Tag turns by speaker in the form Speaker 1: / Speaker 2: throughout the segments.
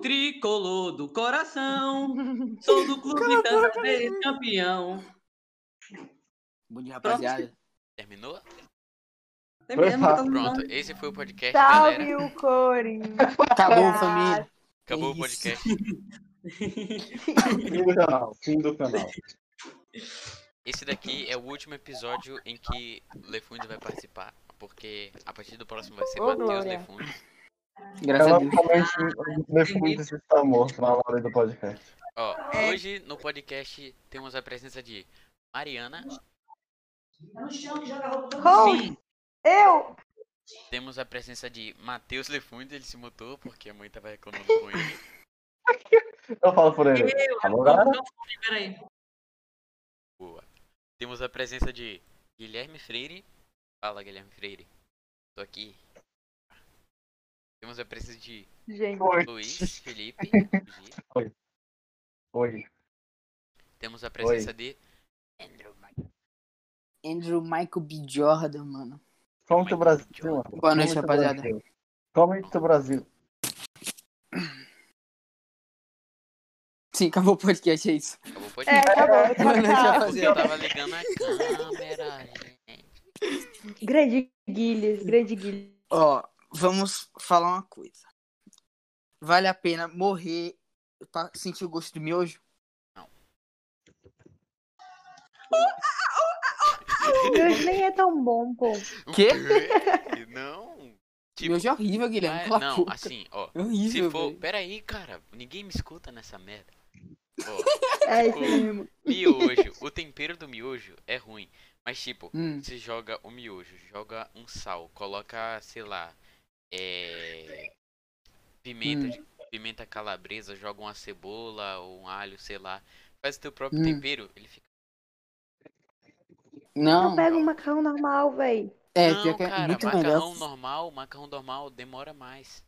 Speaker 1: tricolor do coração. Sou do clube tantas vezes campeão.
Speaker 2: Bom dia, rapaziada.
Speaker 3: Terminou?
Speaker 1: Tem mesmo,
Speaker 4: Pronto.
Speaker 1: tá bom.
Speaker 3: Pronto, esse foi o podcast, galera.
Speaker 5: Salve o Corinthians.
Speaker 2: Acabou, família.
Speaker 3: Acabou o
Speaker 2: isso.
Speaker 3: podcast.
Speaker 4: Fim do canal. Fim do canal.
Speaker 3: Esse daqui é o último episódio em que Lefundo vai participar. Porque a partir do próximo vai ser
Speaker 5: Ô,
Speaker 3: Matheus
Speaker 5: Glória.
Speaker 3: Lefundo.
Speaker 2: Graças a Deus.
Speaker 4: Provavelmente o Defúnio está morto na hora do podcast.
Speaker 3: Ó,
Speaker 1: É.
Speaker 3: hoje no podcast temos a presença de Mariana,
Speaker 1: assim.
Speaker 5: Coach, eu.
Speaker 3: temos a presença de Matheus Lefundo, ele se mutou porque a mãe tava reclamando com ele.
Speaker 4: Eu falo por ele. Alô, galera?
Speaker 1: Peraí.
Speaker 3: Boa. Temos a presença de Guilherme Freire. Fala, Guilherme Freire. Tô aqui. Temos a presença de
Speaker 5: Gente,
Speaker 4: Oi.
Speaker 3: Luiz Felipe. Gi.
Speaker 4: Oi.
Speaker 3: Temos a presença de Andrew Mike.
Speaker 2: Andrew Michael B. Jordan, mano.
Speaker 4: Comenta o Brasil, mano.
Speaker 2: Boa noite,
Speaker 4: Comenta o
Speaker 2: rapaziada.
Speaker 4: Brasil. Comenta o Brasil.
Speaker 2: Sim, acabou o podcast, é isso.
Speaker 3: Acabou o
Speaker 5: é,
Speaker 3: podcast.
Speaker 5: acabou. Tchau,
Speaker 2: Deixa eu
Speaker 5: tchau.
Speaker 3: Porque
Speaker 2: fazer.
Speaker 3: eu tava ligando a câmera, gente.
Speaker 5: Grande Guilherme, grande Guilherme.
Speaker 2: Ó, vamos falar uma coisa. Vale a pena morrer pra sentir o gosto do miojo?
Speaker 5: Hoje nem é tão bom, pô.
Speaker 3: O
Speaker 2: Quê?
Speaker 3: quê? Não. Tipo,
Speaker 2: miojo é horrível, Guilherme.
Speaker 3: mas-
Speaker 2: cala a
Speaker 3: não,
Speaker 2: boca.
Speaker 3: assim, ó.
Speaker 2: É horrível,
Speaker 3: Se for.
Speaker 2: velho.
Speaker 3: Peraí, cara. Ninguém me escuta nessa merda. Ó,
Speaker 5: É isso
Speaker 3: Tipo,
Speaker 5: aí.
Speaker 3: miojo. O tempero do miojo é ruim. Mas, tipo,
Speaker 2: Hum,
Speaker 3: você joga o miojo, joga um sal, coloca, sei lá, é. Pimenta,
Speaker 2: Hum.
Speaker 3: pimenta calabresa, joga uma cebola ou um alho, sei lá. Faz o teu próprio
Speaker 2: Hum.
Speaker 3: tempero, ele fica.
Speaker 2: Não,
Speaker 5: Não pega um macarrão normal, véi.
Speaker 2: é,
Speaker 3: não,
Speaker 2: pior que é
Speaker 3: cara,
Speaker 2: muito
Speaker 3: macarrão
Speaker 2: melhor.
Speaker 3: normal, macarrão normal demora mais.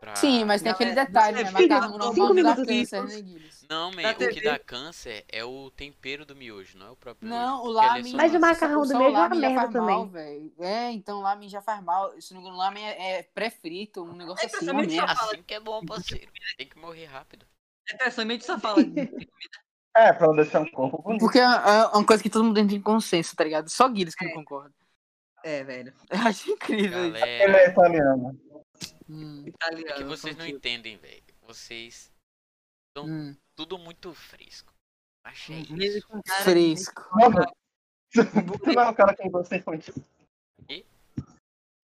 Speaker 3: pra-
Speaker 2: Sim, mas tem
Speaker 1: Não,
Speaker 2: aquele
Speaker 1: é-
Speaker 2: detalhe, né?
Speaker 1: Filho,
Speaker 2: Macarrão
Speaker 5: cinco
Speaker 2: normal não dá
Speaker 5: minutos
Speaker 2: câncer,
Speaker 1: isso.
Speaker 2: né, Guilherme?
Speaker 3: Não, man,
Speaker 1: Na
Speaker 3: o que
Speaker 1: TV.
Speaker 3: dá câncer é o tempero do miojo, não é o próprio
Speaker 2: Não,
Speaker 3: miojo,
Speaker 2: o
Speaker 3: porque ele é
Speaker 2: lamen...
Speaker 3: só
Speaker 5: Mas o
Speaker 3: massa.
Speaker 5: macarrão do
Speaker 2: só o
Speaker 5: mesmo é uma
Speaker 2: lamen já
Speaker 5: merda
Speaker 2: faz
Speaker 5: também.
Speaker 2: mal, velho. É, então o lamen já faz mal. Se não me engano, o lamen é, é pré-frito, um negócio
Speaker 1: É
Speaker 2: assim, uma
Speaker 1: impressionante,
Speaker 2: merda.
Speaker 1: fala.
Speaker 3: Assim que é bom, parceiro. Tem que morrer rápido.
Speaker 1: É pessoalmente só fala.
Speaker 4: É, pra deixar um corpo bonito.
Speaker 2: Porque é é uma coisa que todo mundo tem consenso, tá ligado? Só Guilherme que não concorda.
Speaker 1: É, velho.
Speaker 2: Eu acho incrível isso.
Speaker 4: Ele
Speaker 3: Galera,
Speaker 4: é italiano.
Speaker 2: Hum,
Speaker 1: Italiano.
Speaker 3: é que vocês não
Speaker 1: contigo.
Speaker 3: entendem, velho. Vocês
Speaker 2: hum.
Speaker 3: tudo muito fresco. Achei
Speaker 2: Uhum.
Speaker 1: Ele
Speaker 3: isso.
Speaker 1: com cara de-
Speaker 2: Fresco.
Speaker 4: Mano, você não é o cara que você infantil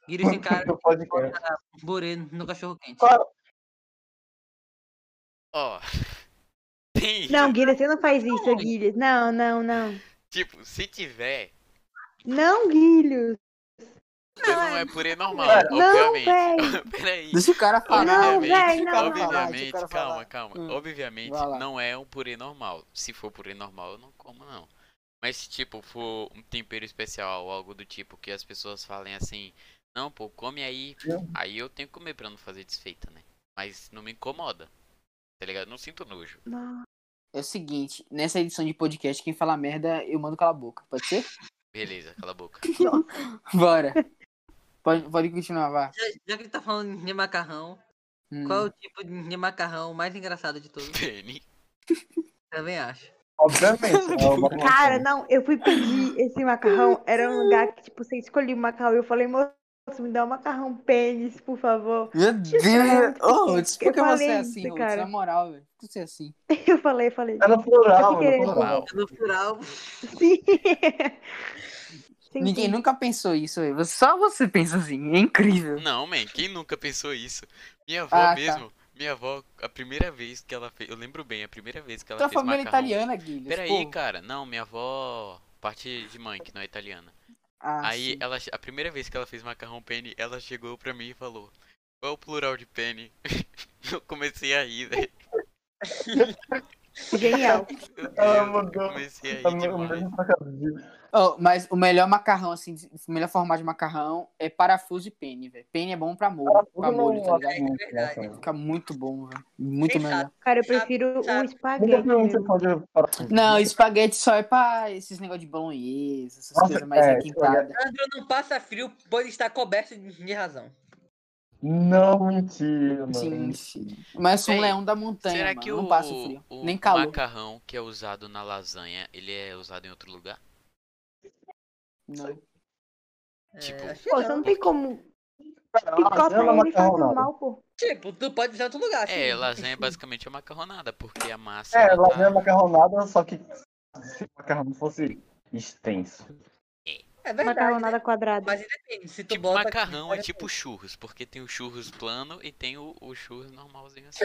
Speaker 1: Guilherme tem cara
Speaker 4: do
Speaker 6: É.
Speaker 4: podcast.
Speaker 1: de burê no cachorro quente.
Speaker 4: Claro.
Speaker 3: Ó. Tem isso.
Speaker 5: Não, Guilherme, você não faz isso, Guilherme. Não, não, não.
Speaker 3: Tipo, se tiver,
Speaker 5: Não, Guilherme.
Speaker 3: então não é purê normal,
Speaker 4: Cara,
Speaker 5: Não,
Speaker 3: obviamente.
Speaker 5: véi.
Speaker 3: Peraí.
Speaker 2: Deixa o cara falar.
Speaker 5: Não,
Speaker 3: Obviamente,
Speaker 5: véi, não, não.
Speaker 3: obviamente,
Speaker 2: Deixa o cara
Speaker 3: calma,
Speaker 2: falar.
Speaker 3: calma.
Speaker 2: Hum.
Speaker 3: Obviamente
Speaker 2: Vai lá.
Speaker 3: não é um purê normal. Se for purê normal, eu não como, não. Mas se tipo for um tempero especial ou algo do tipo que as pessoas falem assim, não, pô, come aí.
Speaker 4: Não.
Speaker 3: Aí eu tenho que comer pra não fazer desfeita, né? Mas não me incomoda. Tá ligado? Não sinto nojo.
Speaker 5: Não.
Speaker 2: É o seguinte, nessa edição de podcast, quem falar merda, eu mando cala a boca. Pode ser?
Speaker 3: Beleza, cala a boca.
Speaker 2: Bora. Pode, pode continuar, vá.
Speaker 1: Já, já que ele tá falando de macarrão,
Speaker 2: Hum.
Speaker 1: qual é o tipo de macarrão mais engraçado de todos?
Speaker 3: Tênis.
Speaker 1: Também acho.
Speaker 4: Obviamente. é uma
Speaker 5: Cara, não, eu fui pedir esse macarrão. Era um lugar que, tipo, você escolhia o macarrão. E eu falei, moço, me dá um macarrão pênis, por favor.
Speaker 2: Meu Deus! Ô, Rutz, por
Speaker 5: Eu
Speaker 2: que você
Speaker 5: falei
Speaker 2: é
Speaker 5: isso,
Speaker 2: assim, Rutz?
Speaker 5: cara.
Speaker 2: Na moral, velho. Por que você é assim?
Speaker 5: Eu falei, falei.
Speaker 4: É no plural,
Speaker 5: Eu tô
Speaker 4: no
Speaker 5: querendo.
Speaker 4: plural.
Speaker 1: No plural,
Speaker 5: Sim. Sim,
Speaker 2: Ninguém
Speaker 5: sim.
Speaker 2: nunca pensou isso, velho. Só você pensa assim. É incrível.
Speaker 3: Não, man, quem nunca pensou isso? Minha avó
Speaker 2: Ah, tá.
Speaker 3: mesmo, minha avó, a primeira vez que ela fez, eu lembro bem, a primeira vez que ela
Speaker 2: Tua
Speaker 3: fez
Speaker 2: família é
Speaker 3: macarrão.
Speaker 2: italiana, Guilherme.
Speaker 3: Peraí, cara, não, minha avó, parte de mãe, que não é italiana.
Speaker 2: Ah,
Speaker 3: Aí,
Speaker 2: sim.
Speaker 3: ela, a primeira vez que ela fez macarrão penne, ela chegou pra mim e falou, qual é o plural de penne? eu comecei a rir, velho.
Speaker 5: Genial.
Speaker 3: Meu
Speaker 4: Ah,
Speaker 3: Deus, eu
Speaker 4: mudou.
Speaker 3: comecei a
Speaker 4: É
Speaker 3: rir
Speaker 4: o
Speaker 3: demais.
Speaker 4: mesmo trocadilho.
Speaker 2: Ô, mas o melhor macarrão, assim, o melhor formato de macarrão é parafuso e penne, velho. Penne é bom pra molho, pra molho, tá ligado?
Speaker 4: Muito
Speaker 1: verdade.
Speaker 4: bom, cara.
Speaker 2: Fica muito bom, velho. Muito
Speaker 1: Quem
Speaker 2: melhor.
Speaker 5: Cara, eu prefiro o
Speaker 1: Sabe,
Speaker 4: Nunca
Speaker 5: espaguete.
Speaker 4: vi um
Speaker 5: mesmo.
Speaker 4: tipo de parafuso.
Speaker 2: Não, espaguete só é pra esses negócios de bolonhesa, essas
Speaker 4: Nossa,
Speaker 2: coisas mais
Speaker 4: é,
Speaker 2: requintadas.
Speaker 1: Sandro não passa frio, pois está coberto de razão.
Speaker 4: Não, mentira, mano.
Speaker 2: Sim, sim. Mas sou um
Speaker 3: Bem,
Speaker 2: leão da montanha,
Speaker 3: Será
Speaker 2: mano.
Speaker 3: que
Speaker 2: não
Speaker 3: o,
Speaker 2: passa frio.
Speaker 3: o
Speaker 2: Nem calor.
Speaker 3: macarrão que é usado na lasanha, ele é usado em outro lugar?
Speaker 2: Não.
Speaker 3: Tipo,
Speaker 7: É, acho que
Speaker 6: Pô, você não tem como.
Speaker 4: Lasanha
Speaker 6: Picota
Speaker 4: não é
Speaker 6: ele faz
Speaker 4: macarrão, não.
Speaker 6: mal, pô.
Speaker 7: Tipo, tu pode usar em outro lugar.
Speaker 3: É,
Speaker 7: assim.
Speaker 3: lasanha é basicamente a macarronada, porque a massa.
Speaker 4: É,
Speaker 3: ela tá-
Speaker 4: lasanha é macarronada, só que se o macarrão fosse extenso.
Speaker 7: É verdade. né?
Speaker 6: Macarronada quadrada.
Speaker 7: Mas depende, se tu
Speaker 3: Tipo,
Speaker 7: bota.
Speaker 3: macarrão é tipo churros, porque tem o churros plano e tem o, o churros normalzinho assim.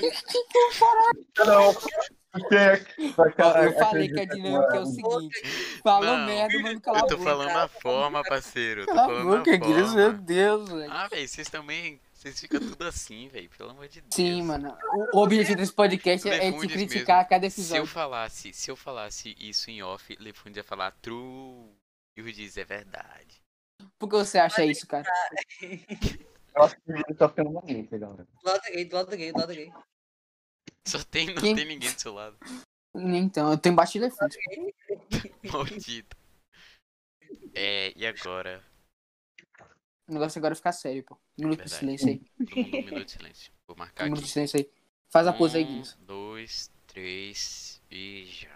Speaker 4: Não, porque. é pra
Speaker 2: Ó,
Speaker 4: cara-
Speaker 2: eu falei que a
Speaker 4: acredita
Speaker 2: dinâmica é o
Speaker 4: mano.
Speaker 2: seguinte. Falou
Speaker 3: Não,
Speaker 2: merda, mano, cala
Speaker 3: Eu
Speaker 2: a
Speaker 3: tô
Speaker 2: boca.
Speaker 3: falando a forma, parceiro. Eu tô
Speaker 2: Cala a
Speaker 3: falando
Speaker 2: boca,
Speaker 3: a
Speaker 2: Guilherme, meu
Speaker 3: forma.
Speaker 2: Deus, velho.
Speaker 3: Ah, velho, vocês também. Vocês ficam tudo assim, velho. Pelo amor de Deus.
Speaker 2: Sim, mano. O- O objetivo desse podcast é te
Speaker 3: Lefundes
Speaker 2: criticar a cada
Speaker 3: Se eu
Speaker 2: episódio.
Speaker 3: falasse, se eu falasse isso em off, Lefund ia falar true. E o diz é verdade.
Speaker 2: Por que você acha isso, cara?
Speaker 4: Eu acho que ele tá ficando bonito, galera.
Speaker 7: Do lado gay, do lado gay, do lado gay.
Speaker 3: Só tem, não
Speaker 2: Quem-
Speaker 3: tem ninguém do seu lado.
Speaker 2: Então, eu tô embaixo de elefante.
Speaker 3: Maldito. É, e agora?
Speaker 2: O negócio agora é ficar sério, pô. Um minuto de
Speaker 3: Verdade.
Speaker 2: silêncio aí.
Speaker 3: Todo mundo um minuto de silêncio. Vou
Speaker 2: Um
Speaker 3: marcar
Speaker 2: minuto de
Speaker 3: aqui.
Speaker 2: silêncio aí. Faz a pose aí,
Speaker 3: Um,
Speaker 2: Guilherme.
Speaker 3: dois, três e já.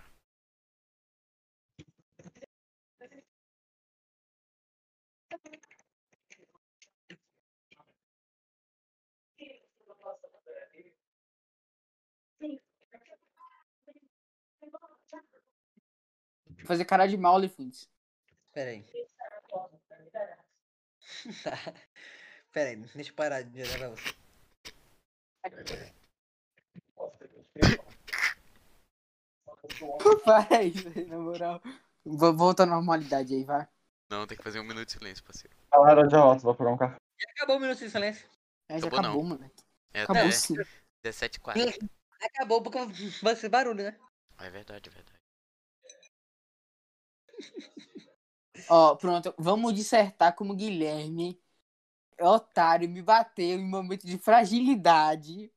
Speaker 2: Fazer cara de mal, Lefundes.
Speaker 7: Peraí. Tá. Peraí, deixa eu parar de olhar pra você.
Speaker 2: Para aí, velho, na moral. Vo- Volta à normalidade aí, vai.
Speaker 3: Não, tem que fazer um minuto de silêncio, parceiro.
Speaker 4: Galera, já volto, vou pegar um café.
Speaker 7: Acabou o minuto de silêncio.
Speaker 2: É, já
Speaker 3: Acabou não.
Speaker 2: acabou, mano.
Speaker 3: É
Speaker 2: Acabou
Speaker 3: até
Speaker 2: sim.
Speaker 3: 17h40.
Speaker 7: Acabou porque vai ser barulho, né?
Speaker 3: É verdade, é verdade.
Speaker 2: Ó, pronto. Vamos dissertar como Guilherme, otário, me bateu em momento de fragilidade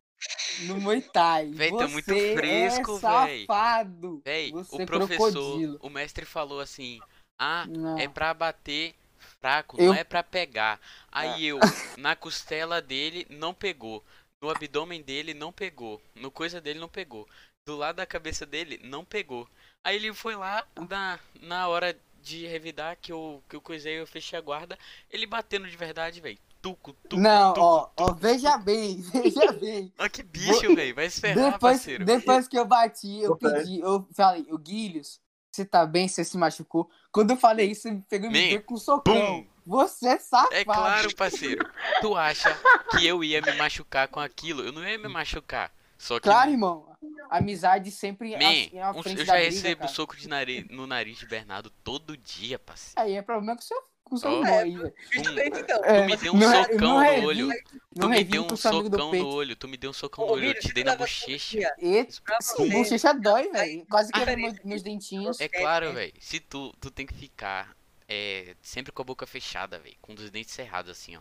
Speaker 2: no Muay Thai.
Speaker 3: Véi, tá muito
Speaker 2: Você
Speaker 3: fresco,
Speaker 2: é
Speaker 3: véi.
Speaker 2: safado.
Speaker 3: Véi,
Speaker 2: Você é
Speaker 3: o professor,
Speaker 2: crocodilo.
Speaker 3: o mestre falou assim: Ah,
Speaker 2: Não.
Speaker 3: é pra bater fraco,
Speaker 2: Eu- Ah.
Speaker 3: não é pra pegar. Aí eu, na costela dele, não pegou. No abdômen dele, não pegou. No coisa dele, não pegou. Do lado da cabeça dele, não pegou. Aí ele foi lá, na, na hora de revidar, que eu, que eu coisei, eu fechei a guarda. Ele batendo de verdade, velho. Tuco, tuco,
Speaker 2: não,
Speaker 3: tuco.
Speaker 2: ó, ó, veja bem, veja bem.
Speaker 3: Olha que bicho, velho. Vai se ferrar,
Speaker 2: Depois,
Speaker 3: parceiro.
Speaker 2: depois que eu bati, eu
Speaker 4: Tô certo.
Speaker 2: pedi, eu falei, o Guilhos, você tá bem? Você se machucou? Quando eu falei isso, você me pegou e me
Speaker 3: Man,
Speaker 2: deu com um socão.
Speaker 3: Pum!
Speaker 2: Você é safado.
Speaker 3: É claro, parceiro. Tu acha que eu ia me machucar com aquilo? Eu não ia me machucar. Só que.
Speaker 2: Claro, irmão. Amizade sempre assim,
Speaker 3: Man,
Speaker 2: à
Speaker 3: um-
Speaker 2: frente
Speaker 3: eu
Speaker 2: da
Speaker 3: já
Speaker 2: briga,
Speaker 3: recebo
Speaker 2: cara.
Speaker 3: soco de nariz, no nariz de Bernardo todo dia, parceiro.
Speaker 2: Aí é problema com o seu, com o seu
Speaker 3: Oh.
Speaker 2: irmão aí, velho.
Speaker 7: Justamente então.
Speaker 2: É,
Speaker 3: me deu um
Speaker 2: não re-
Speaker 3: socão
Speaker 2: não é
Speaker 3: no
Speaker 2: revi-
Speaker 3: olho.
Speaker 2: não
Speaker 3: Tu me
Speaker 2: revi
Speaker 3: deu
Speaker 2: com
Speaker 3: um
Speaker 2: o seu amigo do
Speaker 3: socão no
Speaker 2: peito.
Speaker 3: olho, tu me deu um socão no
Speaker 7: Ô,
Speaker 3: olho, eu
Speaker 7: Guilherme,
Speaker 3: te dei
Speaker 7: tu tá
Speaker 3: na
Speaker 7: tava
Speaker 3: bochecha.
Speaker 7: sozinha.
Speaker 2: E
Speaker 7: Pra
Speaker 2: sim,
Speaker 7: você.
Speaker 2: assim, bochecha dói, velho. Quase
Speaker 7: Ah,
Speaker 2: quebrou
Speaker 7: peraí.
Speaker 2: meus, meus dentinhos.
Speaker 3: É claro, velho. Se tu, tu tem que ficar é, sempre com a boca fechada, velho. Com os dentes cerrados, assim, ó.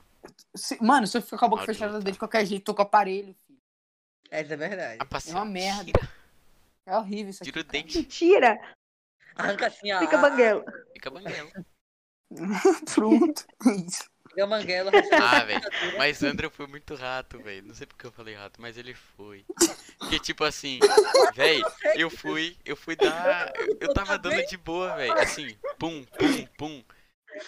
Speaker 2: Se- mano, se eu ficar com a boca
Speaker 3: Pode
Speaker 2: fechada
Speaker 3: lutar.
Speaker 2: dele de qualquer jeito, tô com o aparelho, filho.
Speaker 7: Essa é verdade.
Speaker 3: Ah, parceiro,
Speaker 2: É uma merda.
Speaker 3: Tira,
Speaker 2: É horrível isso aqui.
Speaker 3: tira o
Speaker 2: cara.
Speaker 3: dente,
Speaker 6: Mentira!
Speaker 7: Arranca assim, ó.
Speaker 6: Fica
Speaker 2: Ah.
Speaker 6: banguela.
Speaker 3: fica banguelo.
Speaker 2: Pronto. É isso.
Speaker 7: Fica banguela. assim.
Speaker 3: Ah, velho. Mas André foi muito rato, velho. Não sei porque eu falei rato, mas ele foi. Porque, tipo assim, velho, eu fui, eu fui dar. eu- Eu tava dando de boa, velho. Assim, pum, pum, pum.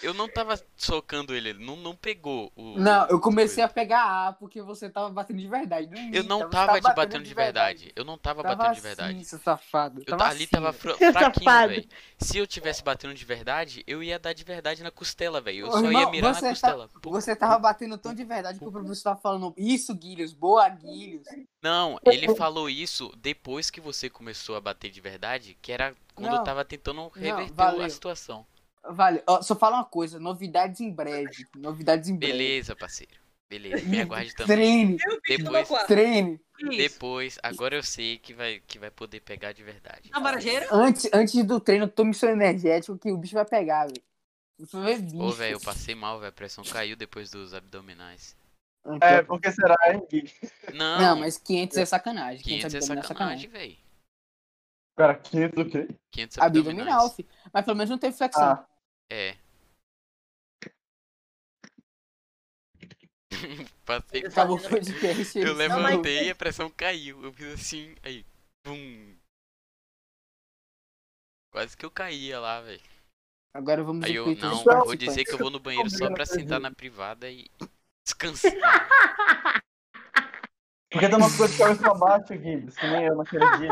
Speaker 3: Eu não tava socando ele, ele não, não pegou o.
Speaker 2: Não, eu comecei a pegar A porque você tava batendo de verdade. é
Speaker 3: Eu
Speaker 2: Então,
Speaker 3: não
Speaker 2: Você
Speaker 3: tava te batendo de verdade. Eu não tava
Speaker 2: Tava
Speaker 3: batendo de verdade.
Speaker 2: assim, seu safado.
Speaker 3: Eu
Speaker 2: tava
Speaker 3: ta- ali tava
Speaker 2: assim,
Speaker 3: fra-
Speaker 6: Seu
Speaker 3: fraquinho,
Speaker 6: safado.
Speaker 3: velho. Se eu tivesse batendo de verdade, eu ia dar de verdade na costela, velho. Eu
Speaker 2: Ô,
Speaker 3: só ia
Speaker 2: irmão,
Speaker 3: mirar
Speaker 2: você
Speaker 3: na
Speaker 2: tá-
Speaker 3: costela. Pum.
Speaker 2: Você tava batendo tão de verdade que o professor tava falando isso, Guilhos, boa, Guilhos.
Speaker 3: Não, ele falou isso depois que você começou a bater de verdade, que era quando
Speaker 2: Não.
Speaker 3: eu tava tentando reverter
Speaker 2: valeu.
Speaker 3: a situação.
Speaker 2: Vale, ó, só fala uma coisa, novidades em breve, novidades em breve.
Speaker 3: Beleza, parceiro. Beleza, me aguarde É, também.
Speaker 2: Treine,
Speaker 7: Eu bicho no meu
Speaker 3: Depois-
Speaker 7: quarto.
Speaker 2: treine.
Speaker 7: Isso.
Speaker 3: Depois, agora eu sei que vai, que vai poder pegar de verdade.
Speaker 7: Na
Speaker 2: Tá
Speaker 7: varejeira?
Speaker 2: Antes, antes do treino, tome seu energético que o bicho vai pegar, velho. Você vai ver bicho.
Speaker 3: Ô, velho, eu passei mal, velho. A pressão caiu depois dos abdominais.
Speaker 2: Então-
Speaker 4: É, porque será, hein, Gui?
Speaker 3: Não,
Speaker 2: Não, mas 500 é sacanagem.
Speaker 3: 500 é
Speaker 2: abdominal
Speaker 3: sacanagem, velho.
Speaker 4: Cara, 500 o quê?
Speaker 3: 500 abdominais. É.
Speaker 2: Abdominal, fi. Mas pelo menos não
Speaker 4: Ah.
Speaker 2: teve flexão.
Speaker 4: Ah,
Speaker 3: É. Passei.
Speaker 2: Acabou o podcast.
Speaker 3: Eu
Speaker 6: mas-
Speaker 2: eles-
Speaker 3: levantei e
Speaker 1: é
Speaker 3: a pressão caiu. Eu fiz assim, aí. Bum. Quase que eu caía lá, velho.
Speaker 2: Agora vamos
Speaker 3: Aí
Speaker 2: ao
Speaker 3: eu,
Speaker 2: quiz dos
Speaker 3: não,
Speaker 4: Não,
Speaker 3: vou dizer que eu vou no banheiro só pra sentar na privada e descansar.
Speaker 4: Porque tem umas coisas de cabeça pra baixo, Gibbs, que nem eu naquele dia.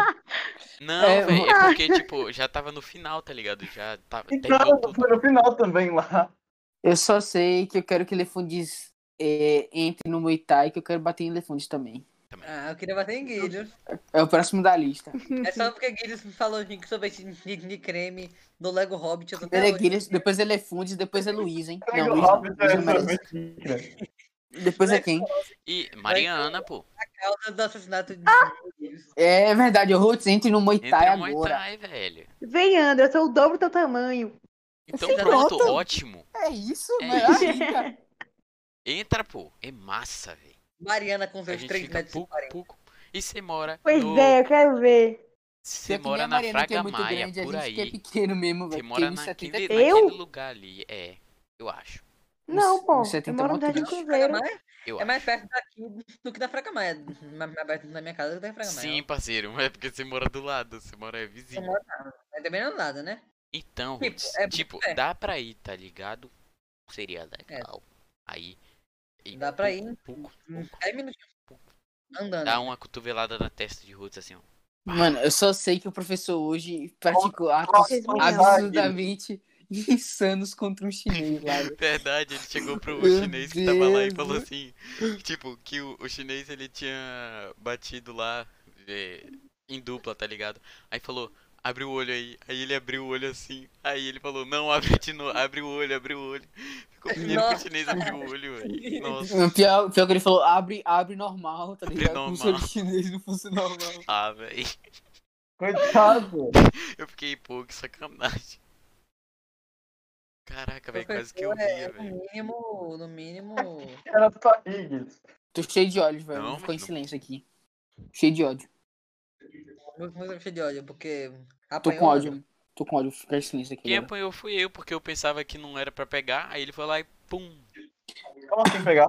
Speaker 3: Não,
Speaker 2: É, eu
Speaker 3: velho, é porque, tipo, já tava no final, tá ligado? Já tava.
Speaker 4: Então,
Speaker 3: terminou tudo.
Speaker 4: foi no final também lá.
Speaker 2: Eu só sei que eu quero que Elefundes é, entre no Muay Thai, que eu quero bater em Elefundes também.
Speaker 1: Ah, eu queria bater em Guilherme.
Speaker 2: É o próximo da lista.
Speaker 1: É só porque Guilherme falou de- sobre esse Nick Nick creme do Lego Hobbit. Eu tô até
Speaker 2: Primeiro é
Speaker 1: hoje.
Speaker 2: Guinness, depois Elefundes, depois é Luiz, hein?
Speaker 4: Pega
Speaker 2: Não,
Speaker 4: o
Speaker 2: Luiz não.
Speaker 4: Hobbit,
Speaker 2: Luiz
Speaker 4: é
Speaker 2: não merece.
Speaker 4: essa mentira.
Speaker 2: Depois é quem?
Speaker 3: E Mariana, pô.
Speaker 1: causa do assassinato de
Speaker 2: Ah!
Speaker 1: Guilherme.
Speaker 2: É verdade, Rhodes, entre no Muay Thai
Speaker 3: Entra no Muay
Speaker 2: tá agora.
Speaker 3: Thai, velho.
Speaker 6: Vem, André, eu sou o dobro do teu tamanho.
Speaker 3: Então
Speaker 2: Sim,
Speaker 3: pronto,
Speaker 2: pronto.
Speaker 3: ótimo.
Speaker 2: É isso,
Speaker 3: É
Speaker 2: melhor ainda.
Speaker 3: Entra, pô. É massa, velho.
Speaker 1: Mariana com
Speaker 3: A
Speaker 1: seus
Speaker 3: gente
Speaker 1: 3
Speaker 3: fica
Speaker 1: metros e
Speaker 3: pouco,
Speaker 1: 40.
Speaker 3: pouco. E você mora.
Speaker 6: Pois
Speaker 3: no...
Speaker 6: é, eu quero ver.
Speaker 2: Pior
Speaker 3: Você
Speaker 2: que nem
Speaker 3: mora
Speaker 2: a
Speaker 3: na
Speaker 2: Mariana, que
Speaker 3: Fraga
Speaker 2: é muito
Speaker 3: Maia,
Speaker 2: grande,
Speaker 3: por
Speaker 2: a gente que é
Speaker 3: aí.
Speaker 2: pequeno mesmo,
Speaker 3: Você
Speaker 2: velho. é
Speaker 3: mora
Speaker 2: Tem 70
Speaker 3: naquele,
Speaker 6: Eu?
Speaker 3: naquele lugar ali. É, eu acho.
Speaker 6: Não, pô,
Speaker 2: Você tem
Speaker 6: eu
Speaker 2: que
Speaker 6: moro no
Speaker 2: tomar
Speaker 6: Jardim
Speaker 2: cuidado.
Speaker 1: Fraga
Speaker 6: Cruzeiro.
Speaker 1: Maia
Speaker 3: Eu
Speaker 1: É mais
Speaker 3: acho.
Speaker 1: perto daqui do que da Fraga Maia. Mais mais perto da minha casa do que da Fraga Maia.
Speaker 3: Sim, parceiro, mas é porque você mora do lado, você mora é vizinho.
Speaker 1: É também não é nada, né?
Speaker 3: Então,
Speaker 1: Tipo,
Speaker 3: Rudes,
Speaker 1: é-
Speaker 3: tipo,
Speaker 1: é.
Speaker 3: dá pra ir, tá ligado? Seria legal. Aí. e um
Speaker 1: Dá pra ir. um
Speaker 3: pouco,
Speaker 1: Uns
Speaker 3: pouco.
Speaker 1: 10 minutinhos. Andando.
Speaker 3: Dá um, uma cotovelada na testa de Rudes assim, ó.
Speaker 2: Mano, eu só sei que o professor hoje praticou atos
Speaker 6: Vocês me
Speaker 2: absurdamente insanos contra um chinês, velho.
Speaker 3: Verdade, ele chegou pro
Speaker 2: Meu
Speaker 3: chinês que tava lá e
Speaker 2: Deus.
Speaker 3: falou assim, tipo, que o, o chinês ele tinha batido lá é, em dupla, tá ligado? Aí falou, abre o olho aí, aí ele abriu o olho assim, aí ele falou, não, abre de novo, abre o olho, abre o olho. Ficou pedindo pro
Speaker 1: Nossa.
Speaker 3: chinês abrir o olho, velho. Nossa,
Speaker 2: O Pior, pior que ele falou, abre, abre normal, tá ligado? Como se
Speaker 3: normal.
Speaker 2: o chinês não fosse normal.
Speaker 3: ah, velho.
Speaker 4: Coitado.
Speaker 3: Eu fiquei, pô, que sacanagem. Caraca, velho,
Speaker 1: Professor
Speaker 3: quase que eu
Speaker 1: é,
Speaker 3: ria,
Speaker 1: no
Speaker 3: velho.
Speaker 1: mínimo, no mínimo,
Speaker 4: Era só aí, Gibbs.
Speaker 2: Tô cheio de ódio, velho.
Speaker 3: Não,
Speaker 2: Vou ficar em
Speaker 3: mas não-
Speaker 2: silêncio aqui. Cheio de ódio.
Speaker 1: muito, muito cheio de ódio, porque
Speaker 2: Tô
Speaker 1: apanhou
Speaker 2: com
Speaker 1: mesmo.
Speaker 2: ódio. Tô com ódio, vou ficar em silêncio aqui.
Speaker 3: Quem
Speaker 2: agora.
Speaker 3: apanhou fui eu, porque eu pensava que não era pra pegar, aí ele foi lá e pum.
Speaker 4: Como assim pegar?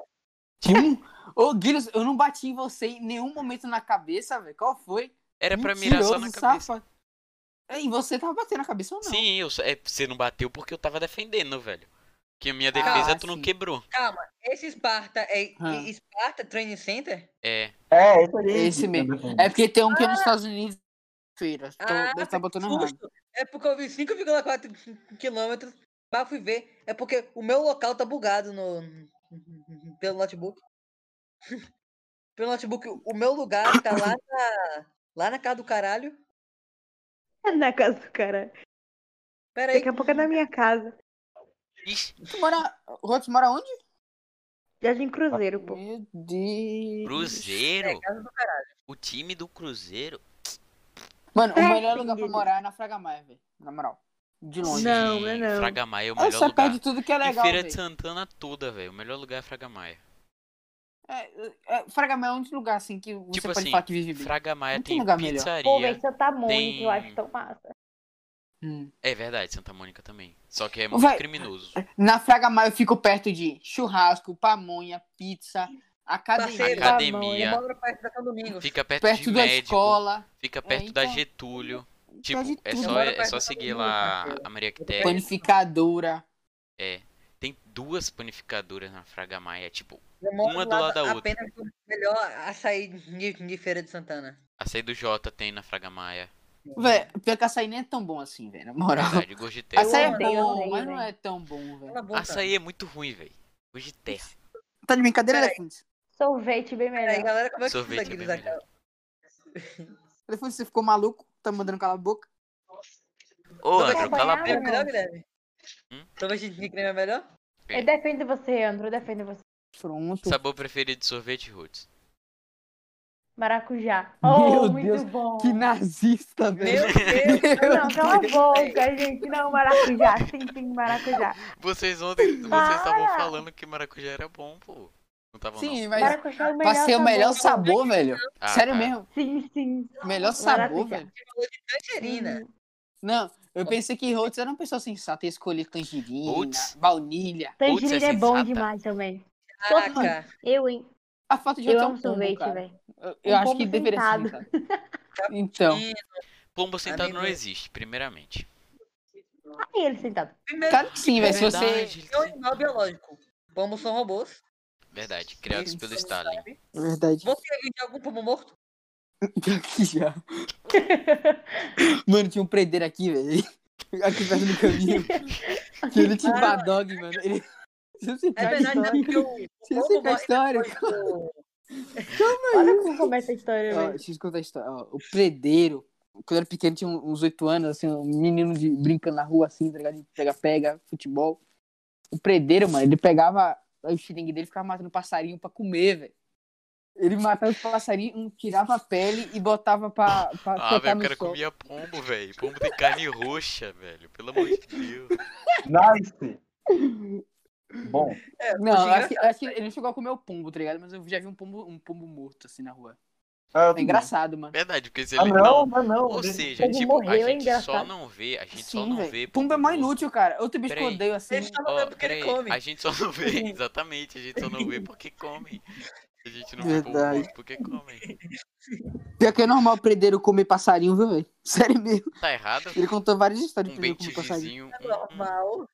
Speaker 2: Pum! Ô, Guilherme, eu não bati em você em nenhum momento na cabeça, velho. Qual foi?
Speaker 3: Era É pra mirar só na
Speaker 2: Mentiroso,
Speaker 3: cabeça.
Speaker 2: safado. É, E você tava batendo na cabeça ou não?
Speaker 3: Sim, eu, só- é, você não bateu porque eu tava defendendo, velho. Que a minha defesa tu não
Speaker 2: Ah, sim.
Speaker 3: quebrou.
Speaker 1: Esse Esparta é
Speaker 2: Ah.
Speaker 1: Esparta Training Center?
Speaker 3: É,
Speaker 4: É, esse aí.
Speaker 2: Esse mesmo. É porque tem um que é nos Estados Unidos. Feira. Tô,
Speaker 1: Ah,
Speaker 2: deve tá botando errado.
Speaker 1: Justo. É porque eu vi 5,4 quilômetros, mas fui ver. É porque o meu local tá bugado no pelo notebook. pelo notebook, o meu lugar tá lá na, lá na casa do caralho.
Speaker 2: né?
Speaker 6: Na casa do é cara.
Speaker 1: Pera aí,
Speaker 6: Daqui a pouco é na minha casa.
Speaker 3: Ixi,
Speaker 2: Tu mora. Rotes mora onde?
Speaker 6: Jardim Cruzeiro, pô.
Speaker 2: Meu Deus.
Speaker 3: Cruzeiro.
Speaker 1: é casa do
Speaker 3: O time do Cruzeiro.
Speaker 2: Mano, o
Speaker 6: É,
Speaker 2: melhor lugar pra
Speaker 6: entendi.
Speaker 2: morar é na Fraga Maia, velho. Na moral. De longe.
Speaker 6: Não, não é não.
Speaker 3: Fraga Maia é o
Speaker 2: Ela
Speaker 3: melhor
Speaker 2: só
Speaker 3: lugar.
Speaker 2: perde tudo que é
Speaker 3: E
Speaker 2: legal.
Speaker 3: Feira de
Speaker 2: velho.
Speaker 3: Santana toda, velho. O melhor lugar é Fraga Maia.
Speaker 2: É, é, Fraga Maia é um único lugar assim que você
Speaker 3: Tipo
Speaker 2: pode
Speaker 3: assim,
Speaker 2: falar que vive bem.
Speaker 3: Fraga Maia
Speaker 2: Não tem
Speaker 3: tem
Speaker 2: lugar melhor.
Speaker 6: Pô, velho,
Speaker 3: pizzaria.
Speaker 6: Santa Mônica,
Speaker 3: Tem-
Speaker 6: eu acho tão massa.
Speaker 2: Hum.
Speaker 3: É verdade, Santa Mônica também. Só que é
Speaker 2: Ô,
Speaker 3: muito
Speaker 2: véi,
Speaker 3: criminoso.
Speaker 2: Na Fraga Maia eu fico perto de churrasco, pamonha, pizza, academia,
Speaker 1: Parceiro.
Speaker 3: Academia.
Speaker 1: moro perto da São Domingos.
Speaker 3: Fica perto, de
Speaker 2: é perto da
Speaker 3: médico.
Speaker 2: escola.
Speaker 3: Fica perto da
Speaker 2: então-
Speaker 3: Getúlio.
Speaker 2: perto de
Speaker 3: Tipo, é
Speaker 2: tudo.
Speaker 3: só,
Speaker 1: moro
Speaker 3: é
Speaker 1: perto
Speaker 3: só
Speaker 1: da
Speaker 3: seguir
Speaker 1: Getúlio,
Speaker 3: lá
Speaker 1: parceiro.
Speaker 3: a Maria Quitéria.
Speaker 2: Panificadora.
Speaker 3: É. Tem duas panificadoras na Fraga Maia. Tipo,
Speaker 1: Eu moro
Speaker 3: Uma do lado da outra.
Speaker 1: Apenas do melhor açaí de, de Feira de Santana.
Speaker 3: açaí do Jota tem na Fraga Maia.
Speaker 2: Véi, pior que açaí nem é tão bom assim, velho. Na moral.
Speaker 3: Verdade, gosto de terra.
Speaker 2: Açaí é
Speaker 6: odeio,
Speaker 2: bom,
Speaker 6: odeio,
Speaker 2: mas não
Speaker 6: velho.
Speaker 2: é tão bom, velho.
Speaker 1: Cala a boca.
Speaker 3: Açaí é muito ruim, velho. Gosto de terra.
Speaker 2: Tá de brincadeira,
Speaker 1: Peraí.
Speaker 2: Elefante?
Speaker 6: Sorvete bem
Speaker 1: Pera aí,
Speaker 6: melhor.
Speaker 1: galera, como é que
Speaker 3: Sorvete
Speaker 1: fica
Speaker 3: é bem
Speaker 1: aqui Zaca?
Speaker 3: melhor.
Speaker 2: Elefante, você ficou maluco? Tá mandando calar a boca?
Speaker 3: Ô,
Speaker 1: Tô
Speaker 3: Andro, cala a
Speaker 6: acompanhada,
Speaker 1: É
Speaker 3: boca.
Speaker 6: né?
Speaker 1: melhor, Guilherme?
Speaker 3: Hum?
Speaker 1: Sorvete de creme é melhor?
Speaker 6: Eu defendo você, Andro, eu defendo você.
Speaker 2: Pronto.
Speaker 3: Sabor preferido de sorvete, Roots?
Speaker 6: Maracujá.
Speaker 2: Meu
Speaker 6: Oh, muito
Speaker 2: Deus,
Speaker 6: bom.
Speaker 2: que nazista,
Speaker 1: Meu
Speaker 2: velho.
Speaker 1: Deus!
Speaker 6: Não,
Speaker 5: é
Speaker 6: cala a boca, gente. Não, maracujá. Sim, sim, maracujá.
Speaker 3: Vocês ontem, vocês
Speaker 6: Para!
Speaker 3: estavam falando que maracujá era bom, pô. Não estavam
Speaker 2: Sim,
Speaker 3: não.
Speaker 2: mas
Speaker 6: Maracujá é o melhor
Speaker 2: pra
Speaker 5: tá
Speaker 2: ser o melhor
Speaker 6: sabor.
Speaker 2: sabor, velho.
Speaker 3: Ah,
Speaker 2: Sério
Speaker 3: tá.
Speaker 2: mesmo.
Speaker 6: Sim, sim.
Speaker 2: Melhor sabor,
Speaker 6: Maravilha.
Speaker 2: velho.
Speaker 1: Tangerina.
Speaker 2: Não, eu pensei que Rhodes era uma pessoa sensata. Ia escolher tangerina,
Speaker 3: Rhodes?
Speaker 2: baunilha.
Speaker 6: Tangerina
Speaker 3: Putz, é
Speaker 6: é bom
Speaker 3: sensata.
Speaker 6: demais também.
Speaker 1: Caraca.
Speaker 5: Eu, hein?
Speaker 2: A foto de
Speaker 5: Eu
Speaker 2: ontem é
Speaker 5: amo
Speaker 2: um sorvete,
Speaker 5: sorvete,
Speaker 2: velho.
Speaker 5: velho.
Speaker 2: Eu, eu
Speaker 5: Um
Speaker 2: acho que
Speaker 5: pombo
Speaker 2: deveria ser.
Speaker 5: sentado.
Speaker 2: sentado. Então,
Speaker 3: Pombo sentado não
Speaker 1: Amigo.
Speaker 3: existe, primeiramente.
Speaker 5: Aí ele sentado.
Speaker 1: Primeiro,
Speaker 2: claro que sim, velho. Se você.
Speaker 3: Verdade,
Speaker 1: é um animal biológico. Pombos são robôs.
Speaker 3: Verdade, criados
Speaker 2: Isso, Tá
Speaker 3: pelo
Speaker 1: você
Speaker 3: Stalin.
Speaker 1: sabe.
Speaker 2: Verdade.
Speaker 1: Você viu de algum pombo morto?
Speaker 2: Aqui já. Mano, tinha um prendeiro aqui, velho. Aqui perto do caminho. Que ele tinha um
Speaker 1: Cara,
Speaker 2: badog, mano. Ele... Se você
Speaker 1: É
Speaker 2: pegar a
Speaker 1: verdade, né?
Speaker 2: história-
Speaker 1: Porque o
Speaker 2: se
Speaker 1: o
Speaker 2: você
Speaker 1: pombo
Speaker 2: pegar a
Speaker 1: morre
Speaker 2: história.
Speaker 1: depois do-
Speaker 5: Olha como começa a história,
Speaker 2: Ó,
Speaker 5: velho.
Speaker 2: deixa eu te contar a história. Ó, o predeiro, quando eu era pequeno, tinha um- uns oito anos, assim, um menino de, brincando na rua, assim, tá ligado? De Pega-pega, futebol. O predeiro, mano, ele pegava o xiringue dele e ficava matando passarinho pra comer, velho. Ele matava os passarinhos, um tirava a pele e botava pra, pra
Speaker 3: Ah,
Speaker 2: secar
Speaker 3: velho, o
Speaker 2: no
Speaker 3: cara
Speaker 2: sol.
Speaker 3: comia pombo, velho. Pombo tem carne roxa, velho. Pelo amor de Deus.
Speaker 4: Nice! Bom,
Speaker 3: É
Speaker 2: Não,
Speaker 1: achei
Speaker 2: acho que, acho que ele não chegou a comer o pombo, tá ligado? Mas eu já vi um pombo, um pombo morto, assim, na rua.
Speaker 4: ah,
Speaker 2: É engraçado, mano.
Speaker 3: Verdade, porque se
Speaker 4: Ah,
Speaker 3: ele.
Speaker 4: não, não, não.
Speaker 3: Ou
Speaker 4: deixa-
Speaker 3: seja,
Speaker 5: pombo
Speaker 3: tipo,
Speaker 5: morreu,
Speaker 3: a
Speaker 5: é
Speaker 3: gente só
Speaker 5: engraçado.
Speaker 3: não vê. A gente só
Speaker 2: Sim,
Speaker 3: não
Speaker 2: velho.
Speaker 3: vê.
Speaker 2: Pombo é mais inútil, cara. Outro bicho que eu
Speaker 3: Peraí.
Speaker 2: odeio, assim.
Speaker 1: Ele só não
Speaker 3: Ó,
Speaker 1: vê porque
Speaker 3: peraí,
Speaker 1: ele come.
Speaker 3: a gente só não vê, exatamente, a gente só não vê porque come. A gente não vê pombo
Speaker 2: Verdade.
Speaker 3: morto porque come.
Speaker 2: Pior que é normal o predeiro comer passarinho, viu, velho? Sério mesmo.
Speaker 3: Tá errado?
Speaker 2: Ele contou várias histórias de
Speaker 3: Um
Speaker 2: predeiro
Speaker 3: bait
Speaker 2: comer passarinho.
Speaker 3: vizinho.
Speaker 1: É normal.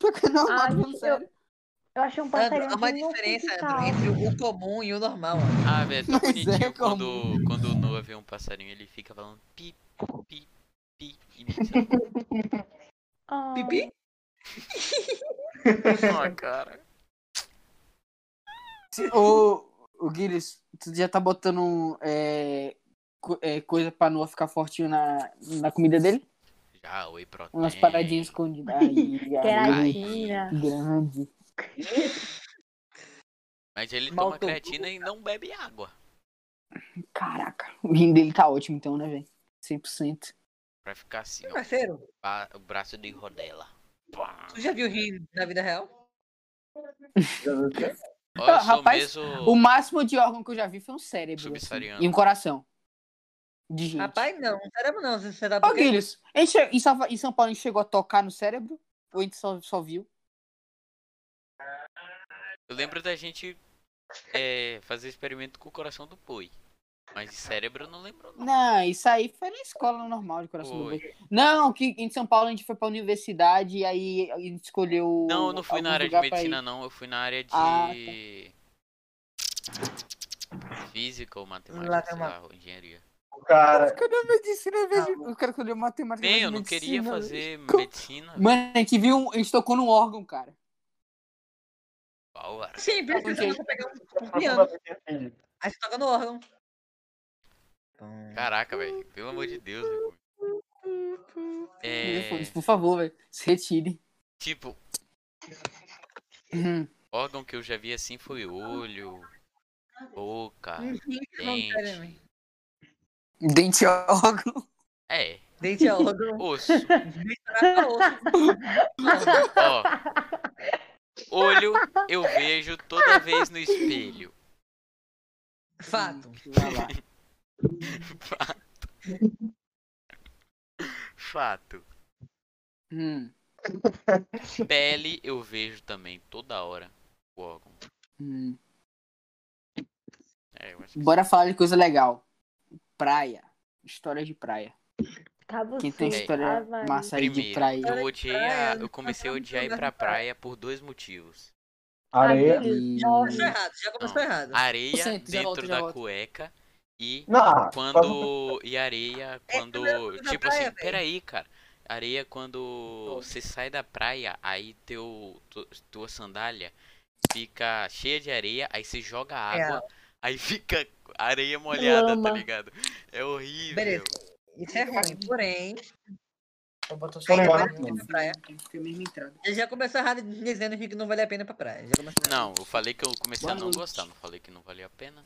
Speaker 2: Pior que é normal,
Speaker 5: Ah,
Speaker 2: mano,
Speaker 5: eu-
Speaker 2: sério.
Speaker 5: Eu achei um
Speaker 1: Sandro,
Speaker 5: passarinho
Speaker 1: há uma
Speaker 5: que não
Speaker 1: diferença
Speaker 5: fica
Speaker 1: Andro, entre o comum e o normal. ó.
Speaker 3: Ah, velho, tão
Speaker 2: Mas é
Speaker 3: bonitinho quando,
Speaker 2: comum.
Speaker 3: quando o Noah vê um passarinho, ele fica falando pi, pi, pi. imitando.
Speaker 5: Ah,
Speaker 1: Pipi?
Speaker 3: Ah, cara.
Speaker 2: Se- Ô, o Guilherme, tu já tá botando é, co- é, coisa pra Noah ficar fortinho na, na comida dele?
Speaker 3: Já, oi, protein.
Speaker 2: Umas paradinhas escondidas. Aí, aí,
Speaker 5: Queratina.
Speaker 2: grande.
Speaker 3: Mas ele toma
Speaker 1: Maltodextrina.
Speaker 3: creatina e não bebe água.
Speaker 2: Caraca, o rim dele tá ótimo então, né, velho? 100%.
Speaker 3: Pra ficar assim, ó,
Speaker 1: Parceiro,
Speaker 3: ba- o braço de rodela. Pá.
Speaker 1: tu já viu rim na vida real?
Speaker 3: Ó,
Speaker 2: Ah,
Speaker 3: eu sou
Speaker 2: rapaz,
Speaker 3: mesmo
Speaker 2: O máximo de órgão que eu já vi foi um cérebro. assim,
Speaker 3: Subsaariano.
Speaker 2: e um coração. De gente.
Speaker 1: Rapaz, não, não cérebro não. Você tá sabe
Speaker 2: Ô,
Speaker 1: por quê?
Speaker 2: Guilherme, em, Che- em Salva- em São Paulo a gente chegou a tocar no cérebro? Ou a gente só, só viu?
Speaker 3: Eu lembro da gente é, fazer experimento com o coração do boi. Mas de cérebro eu não lembro não.
Speaker 2: Não, isso aí foi na escola normal de coração do
Speaker 3: Foi.
Speaker 2: boi. Não, que em São Paulo a gente foi pra universidade e aí a gente escolheu.
Speaker 3: Não, eu não fui na
Speaker 2: algum
Speaker 3: área de
Speaker 2: lugar pra
Speaker 3: medicina
Speaker 2: ir.
Speaker 3: não, eu fui na área de
Speaker 2: Ah, tá.
Speaker 3: física ou
Speaker 1: Lá
Speaker 3: matemática,
Speaker 1: tem
Speaker 3: sei
Speaker 1: uma-
Speaker 3: lá, ou engenharia.
Speaker 4: Cara,
Speaker 5: Tá
Speaker 2: Eu quero medicina, eu vejo- eu quero escolher matemática.
Speaker 3: Bem,
Speaker 2: mas
Speaker 3: eu não
Speaker 2: medicina, né?
Speaker 3: queria
Speaker 2: velho.
Speaker 3: fazer
Speaker 2: Como-
Speaker 3: medicina.
Speaker 2: Mano, a gente viu. um- A gente tocou num órgão, cara.
Speaker 3: Qual era?
Speaker 1: Sim,
Speaker 2: Tá,
Speaker 1: precisa
Speaker 2: ok.
Speaker 1: você pegar um
Speaker 4: eu tô
Speaker 1: piano.
Speaker 4: falando que assim,
Speaker 1: Aí você toca no órgão.
Speaker 3: Caraca, velho. Pelo amor de Deus, velho. É,
Speaker 2: Por favor, velho. Se retire.
Speaker 3: tipo,
Speaker 2: Hum.
Speaker 3: órgão que eu já vi assim foi olho, boca,
Speaker 1: Hum, sim,
Speaker 3: dente.
Speaker 1: sinceramente.
Speaker 2: Dente é órgão.
Speaker 3: É,
Speaker 1: Dente é órgão.
Speaker 3: osso.
Speaker 1: Caraca, osso.
Speaker 3: Ó. Olho eu vejo toda vez no espelho.
Speaker 1: Fato.
Speaker 2: Vai lá.
Speaker 3: Fato.
Speaker 2: Hum,
Speaker 3: Pele eu vejo também toda hora. O órgão.
Speaker 2: hum.
Speaker 3: É, eu acho que
Speaker 2: Bora falar de coisa legal. Praia. História de praia.
Speaker 5: Cabo
Speaker 2: Quem tem
Speaker 5: Sul,
Speaker 2: história
Speaker 5: Ave Maria.
Speaker 2: massa aí de
Speaker 3: Primeiro,
Speaker 2: praia? tá
Speaker 3: eu odiei a- eu comecei a
Speaker 1: Praia,
Speaker 3: odiar ir pra praia por dois motivos.
Speaker 4: Areia.
Speaker 5: Aquele-
Speaker 2: E-
Speaker 5: Nossa,
Speaker 1: Começou errado, já começou Ah, errado.
Speaker 3: Areia
Speaker 2: Senta, já volto,
Speaker 3: dentro
Speaker 2: já
Speaker 3: da
Speaker 2: volto.
Speaker 3: cueca e
Speaker 4: Não, faz-
Speaker 3: quando e
Speaker 1: É
Speaker 3: areia quando
Speaker 1: primeira coisa da
Speaker 3: tipo
Speaker 1: praia,
Speaker 3: assim,
Speaker 1: velho.
Speaker 3: peraí, cara. Areia quando você sai da praia, aí teu tu- tua sandália fica cheia de areia, aí você
Speaker 1: É.
Speaker 3: joga água, aí fica areia molhada,
Speaker 5: Lama.
Speaker 3: tá ligado? É horrível.
Speaker 1: Beleza. Isso é ruim, porém.
Speaker 2: Eu boto só
Speaker 4: Porém,
Speaker 2: pra né?
Speaker 4: vai.
Speaker 2: dentro da Fica mesmo entrada.
Speaker 1: Ele já começou errado dizendo que não vale a pena ir pra praia. Já começou errado.
Speaker 3: Não, eu falei que eu comecei a
Speaker 2: Boa
Speaker 3: não
Speaker 2: noite.
Speaker 3: gostar, não falei que não valia a pena.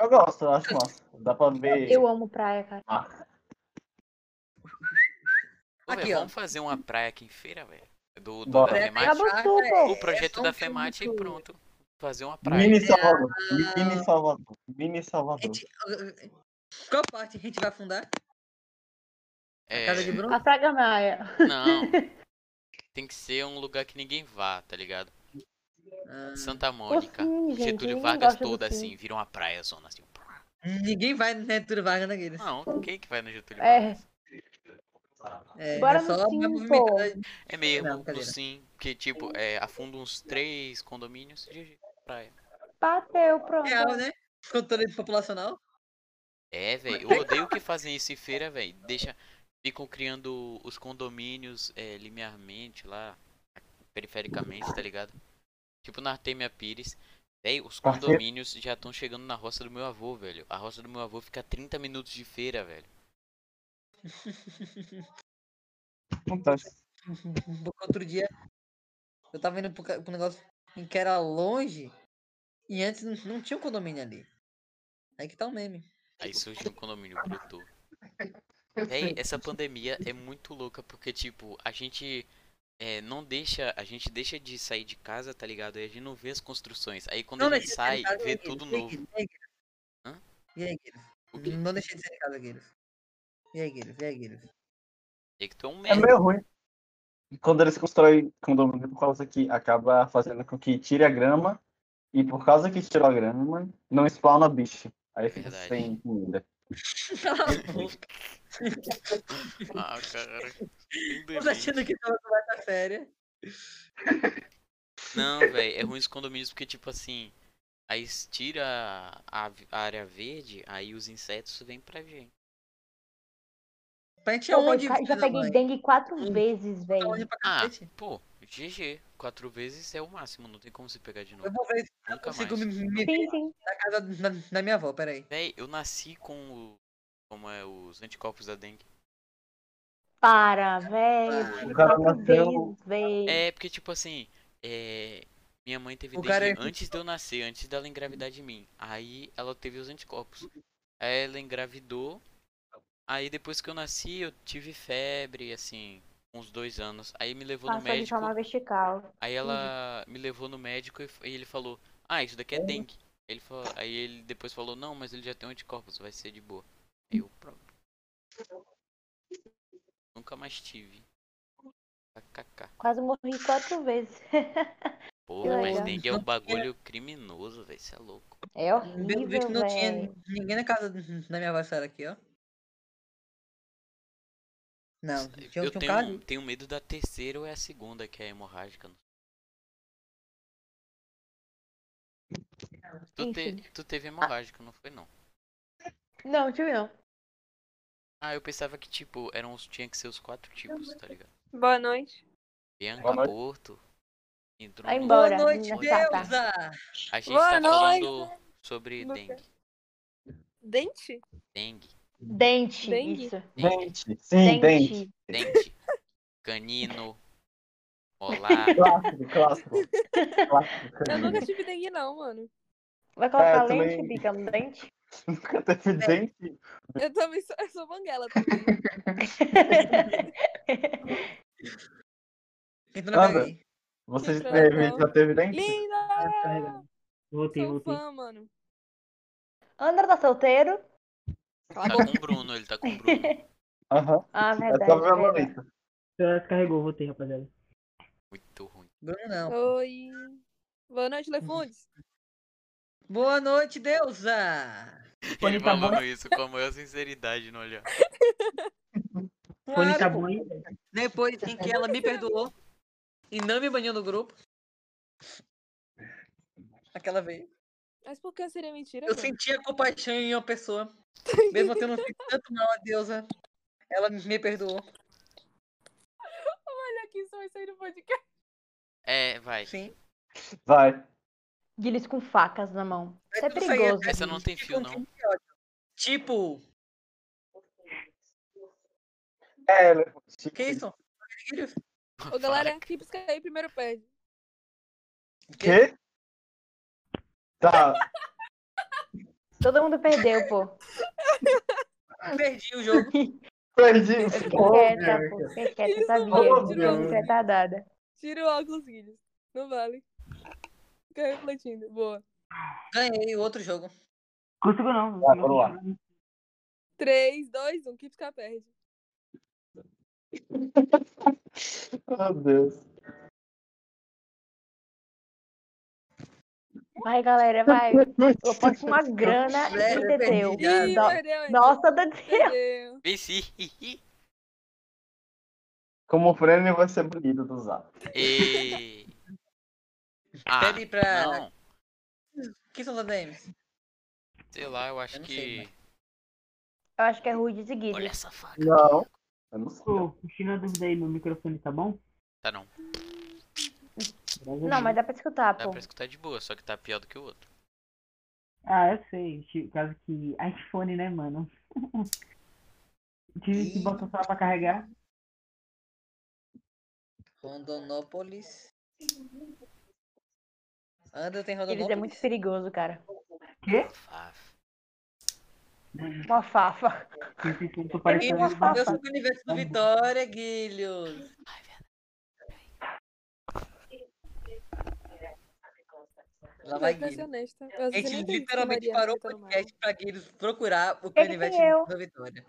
Speaker 4: Eu gosto, eu acho massa. Dá pra ver.
Speaker 5: Eu amo praia, cara.
Speaker 4: Ah,
Speaker 3: Ô, velho,
Speaker 1: Aqui, ó.
Speaker 3: vamos fazer uma praia aqui em feira, velho. Do, do
Speaker 4: Bora.
Speaker 3: da
Speaker 1: Praia é
Speaker 3: FEMAT.
Speaker 5: Cabo
Speaker 1: Mas-
Speaker 5: Sul, pô.
Speaker 3: O projeto
Speaker 1: é só
Speaker 3: da
Speaker 1: um
Speaker 3: FEMAT e
Speaker 1: filme.
Speaker 3: pronto. Fazer uma praia.
Speaker 4: mini Salvador. Mini Salvador. Mini
Speaker 5: É
Speaker 4: Salvador.
Speaker 5: tipo
Speaker 1: Gente, Qual parte a gente vai afundar?
Speaker 3: É,
Speaker 1: Casa de Bruno?
Speaker 5: A Praga Maia.
Speaker 3: Não. Tem que ser um lugar que ninguém vá, tá ligado?
Speaker 5: Ah.
Speaker 3: Santa Mônica.
Speaker 5: Hum. sim, gente,
Speaker 3: Getúlio
Speaker 5: ninguém
Speaker 3: Vargas
Speaker 5: gosta do
Speaker 3: toda
Speaker 5: sim.
Speaker 3: assim, vira uma praia zona assim.
Speaker 1: Ah, Ninguém vai no Getúlio Vargas naqueles.
Speaker 3: Não, quem que vai no Getúlio
Speaker 5: É.
Speaker 3: Vargas? Ah,
Speaker 1: É,
Speaker 5: Bora
Speaker 1: é
Speaker 5: no
Speaker 1: só
Speaker 5: sim,
Speaker 1: uma
Speaker 5: pô.
Speaker 1: movimentada.
Speaker 3: É mesmo,
Speaker 1: Não,
Speaker 3: no
Speaker 1: brincadeira.
Speaker 3: sim, porque tipo, é, afunda uns três condomínios, GG, praia.
Speaker 5: Bateu, pronto.
Speaker 1: real, né? Controle populacional.
Speaker 3: É, velho, eu odeio que fazem isso em feira, velho. Deixa, ficam criando os condomínios é, linearmente lá, perifericamente, tá ligado? Tipo na Artemia Pires. Véi, os
Speaker 4: Parceiro.
Speaker 3: condomínios já estão chegando na roça do meu avô, velho. A roça do meu avô fica a 30 minutos de feira, velho.
Speaker 5: um
Speaker 4: Fantástico.
Speaker 1: Porque Outro dia, eu tava indo pro, ca- pro negócio em que era longe e antes não, não tinha um condomínio ali. Aí que tá o meme.
Speaker 3: Aí surgiu um condomínio bruto. Véi, essa pandemia é muito louca porque, tipo, a gente é, não deixa. A gente deixa de sair de casa, tá ligado? E a gente não vê as construções. Aí quando
Speaker 1: Não
Speaker 3: a
Speaker 1: deixei
Speaker 3: gente
Speaker 1: de
Speaker 3: sai,
Speaker 1: sair de casa,
Speaker 3: vê
Speaker 1: Guilherme.
Speaker 3: tudo
Speaker 1: E aí,
Speaker 3: novo.
Speaker 1: Guilherme? E aí, Guilherme?
Speaker 3: Hã?
Speaker 1: E aí, Guilherme?
Speaker 3: O que,
Speaker 1: Não deixei de sair de casa, Guilherme. E aí, Guilherme? E aí, Guilherme?
Speaker 3: é que tu é um
Speaker 4: É
Speaker 3: merda.
Speaker 4: meio ruim. Quando eles constroem condomínio, por causa que acaba fazendo com que tire a grama, e por causa que tirou a grama, não spawna bicho. Aí fica
Speaker 3: Verdade.
Speaker 4: sem comida.
Speaker 3: Ah, cara. que
Speaker 1: Tô achando que tava conversa séria.
Speaker 3: Não, velho, é ruim os condomínios porque, tipo assim, aí s- tira a, a área verde, aí os insetos vêm pra gente.
Speaker 1: Pra gente é
Speaker 5: Eu
Speaker 1: onde?
Speaker 5: já
Speaker 1: filha da
Speaker 5: peguei
Speaker 1: mãe?
Speaker 5: dengue quatro
Speaker 1: Hum.
Speaker 5: vezes,
Speaker 1: Tá
Speaker 5: velho.
Speaker 1: longe pra
Speaker 3: Ah,
Speaker 1: cacete?
Speaker 3: pô, GG. Quatro vezes é o máximo, não tem como se pegar de
Speaker 1: Eu
Speaker 3: novo.
Speaker 1: vou ver se eu
Speaker 3: Nunca mais.
Speaker 1: consigo me, me ver
Speaker 5: Sim, sim.
Speaker 1: na casa da, da minha avó, peraí.
Speaker 3: Véi, eu nasci com o. Como é os anticorpos da dengue.
Speaker 5: Para,
Speaker 1: Ah,
Speaker 5: velho. eu tive
Speaker 4: O cara
Speaker 5: Quatro
Speaker 4: nasceu-
Speaker 5: vezes, velho.
Speaker 3: É, porque tipo assim, é, minha mãe teve
Speaker 1: O
Speaker 3: dengue
Speaker 1: cara é-
Speaker 3: antes de eu nascer, antes dela engravidar de mim. Aí ela teve os anticorpos. Aí ela engravidou. Aí depois que eu nasci, eu tive febre, assim, uns dois anos. Aí me levou no
Speaker 5: Passou de
Speaker 3: médico.
Speaker 5: forma vertical.
Speaker 3: Aí ela me levou no médico e, f- e ele falou: Ah, isso daqui é dengue. Ele falou, aí ele depois falou: Não, mas ele já tem anticorpos, vai ser de boa. Aí Eu pronto. Nunca mais tive. KKK.
Speaker 5: Quase morri quatro vezes.
Speaker 3: Porra, mas
Speaker 5: legal.
Speaker 3: dengue é um bagulho criminoso, velho. Você é louco.
Speaker 5: É
Speaker 1: Pelo visto
Speaker 5: horrível,
Speaker 1: não tinha
Speaker 5: velho.
Speaker 1: ninguém na casa da minha avó séria aqui, ó. Não, tinha, tinha
Speaker 3: Eu
Speaker 1: um cara
Speaker 3: tenho,
Speaker 1: ali.
Speaker 3: tenho medo da terceira ou é a segunda, que é a hemorrágica. Tu, te- tu teve hemorrágica, não foi não.
Speaker 6: Não, tive não.
Speaker 3: Ah, eu pensava que, tipo, eram os, tinha que ser os quatro tipos, tá ligado?
Speaker 8: Boa noite.
Speaker 3: Bianca
Speaker 4: Boa noite.
Speaker 3: Porto. Entrou
Speaker 5: Vai
Speaker 3: no-
Speaker 5: embora. tá,
Speaker 1: Boa noite,
Speaker 5: menina
Speaker 1: deusa!
Speaker 3: A gente
Speaker 8: Boa
Speaker 3: tá
Speaker 8: noite.
Speaker 3: falando sobre
Speaker 8: Boa
Speaker 3: dengue.
Speaker 8: Dente?
Speaker 3: Dengue.
Speaker 5: Dente.
Speaker 8: Dengue?
Speaker 5: Isso.
Speaker 3: Dengue.
Speaker 4: Dente. Sim, Hum, dente.
Speaker 3: Dente. Canino. Olá.
Speaker 4: Clássico, clássico. clássico
Speaker 8: Eu nunca
Speaker 4: canino.
Speaker 8: tive dengue, não, mano.
Speaker 5: Vai colocar
Speaker 4: É, eu
Speaker 5: lente,
Speaker 4: também-
Speaker 5: bica, no dente?
Speaker 4: Nunca teve dente.
Speaker 8: Eu também sou, eu sou banguela também.
Speaker 1: Então não
Speaker 4: Anda.
Speaker 1: peguei.
Speaker 4: Você já
Speaker 8: Não.
Speaker 4: teve, já teve dente?
Speaker 8: Linda!
Speaker 9: Carregando. Voltei,
Speaker 8: Sou
Speaker 9: voltei.
Speaker 8: fã, mano.
Speaker 5: André tá solteiro?
Speaker 8: Cala
Speaker 3: Tá
Speaker 8: a boca.
Speaker 3: com o Bruno, ele tá com o Bruno.
Speaker 4: Aham.
Speaker 5: Ah,
Speaker 4: É
Speaker 5: verdade.
Speaker 4: só ver a
Speaker 5: verdade.
Speaker 4: Lolita.
Speaker 9: Ela Carregou, voltei, rapaziada.
Speaker 3: Muito ruim.
Speaker 1: Bruno não.
Speaker 8: Oi. Boa noite, Lefundes.
Speaker 1: Boa noite, deusa!
Speaker 9: Fone
Speaker 3: Ele
Speaker 9: tá bom?
Speaker 3: falando isso com a maior sinceridade no olhar.
Speaker 9: Fone tá
Speaker 1: Claro, pô.
Speaker 9: bom aí?
Speaker 1: Depois
Speaker 5: Tá.
Speaker 1: em que ela me perdoou e não me baniu do grupo. Aquela vez.
Speaker 8: Mas por que seria mentira,
Speaker 1: Eu
Speaker 8: mano?
Speaker 1: sentia compaixão em uma pessoa. Mesmo eu tendo feito tanto mal a deusa, ela me perdoou.
Speaker 8: Olha que isso vai sair do podcast.
Speaker 3: É, vai.
Speaker 1: Sim.
Speaker 4: Vai.
Speaker 5: Guilherme com facas na mão. Isso é
Speaker 1: Mas não saía,
Speaker 5: perigoso.
Speaker 1: né?
Speaker 3: Essa não tem
Speaker 1: Tipo,
Speaker 3: fio,
Speaker 1: um
Speaker 3: não.
Speaker 1: tipo de ódio. Tipo,
Speaker 4: É, ele-
Speaker 1: que isso?
Speaker 8: Ô, galera, quem pisca aí primeiro perde.
Speaker 4: Quê? Tá.
Speaker 5: Todo mundo perdeu, pô.
Speaker 1: Perdi o jogo.
Speaker 4: Perdi.
Speaker 5: Fiquei
Speaker 4: Pô,
Speaker 5: quieta, pô. Fiquei quieta,
Speaker 8: Isso,
Speaker 5: sabia. tá
Speaker 4: mano,
Speaker 5: Fiquei
Speaker 4: Deus.
Speaker 5: retardada.
Speaker 8: Tira o óculos, Guilherme. Não vale. Fica refletindo. Boa.
Speaker 1: Ganhei o outro jogo.
Speaker 9: Consigo não.
Speaker 4: Tá, bora lá.
Speaker 8: 3, 2, 1. Quem piscar um, perde.
Speaker 4: Meu Deus.
Speaker 5: Vai, galera, vai. Eu aposto uma grana
Speaker 1: Velho,
Speaker 5: em Teteu.
Speaker 8: Ih,
Speaker 5: Dó-
Speaker 8: perdeu ainda.
Speaker 5: Nossa, Teteu.
Speaker 8: Perdeu.
Speaker 3: Venci.
Speaker 4: Como prêmio vai ser banido do zap.
Speaker 3: E... Ah,
Speaker 1: Pede pra.
Speaker 3: não.
Speaker 1: Quem são os ADMs?
Speaker 3: Sei lá, eu acho
Speaker 1: Eu não sei,
Speaker 3: que...
Speaker 1: mas-
Speaker 5: Eu acho que é Rude e Guido.
Speaker 3: Olha essa faca.
Speaker 4: Não. Eu não sei.
Speaker 9: Ô, tira a dúvida aí, meu microfone tá bom?
Speaker 3: Tá não.
Speaker 5: Não, mas dá pra escutar,
Speaker 3: Dá
Speaker 5: pô.
Speaker 3: pra escutar de boa, só que tá pior do que o outro.
Speaker 9: Ah, eu sei. Tipo, caso que. iPhone, né, mano? Tive que botar o celular pra carregar.
Speaker 1: Rondonópolis. Andra tem
Speaker 5: Guido
Speaker 1: Rondonópolis.
Speaker 5: é muito perigoso, cara.
Speaker 3: Fá.
Speaker 5: Uma fafa.
Speaker 9: Esse tempo tô
Speaker 1: E
Speaker 9: parecendo.
Speaker 5: Nossa,
Speaker 1: eu sou do universo do Vitória, Guilhos. Lá vai
Speaker 8: Vai,
Speaker 1: Guilhos.
Speaker 8: impressionante, tá?
Speaker 1: A gente literalmente parou o podcast pra Guilhos procurar o
Speaker 5: Ele
Speaker 1: canivete
Speaker 5: tem eu.
Speaker 1: da Vitória.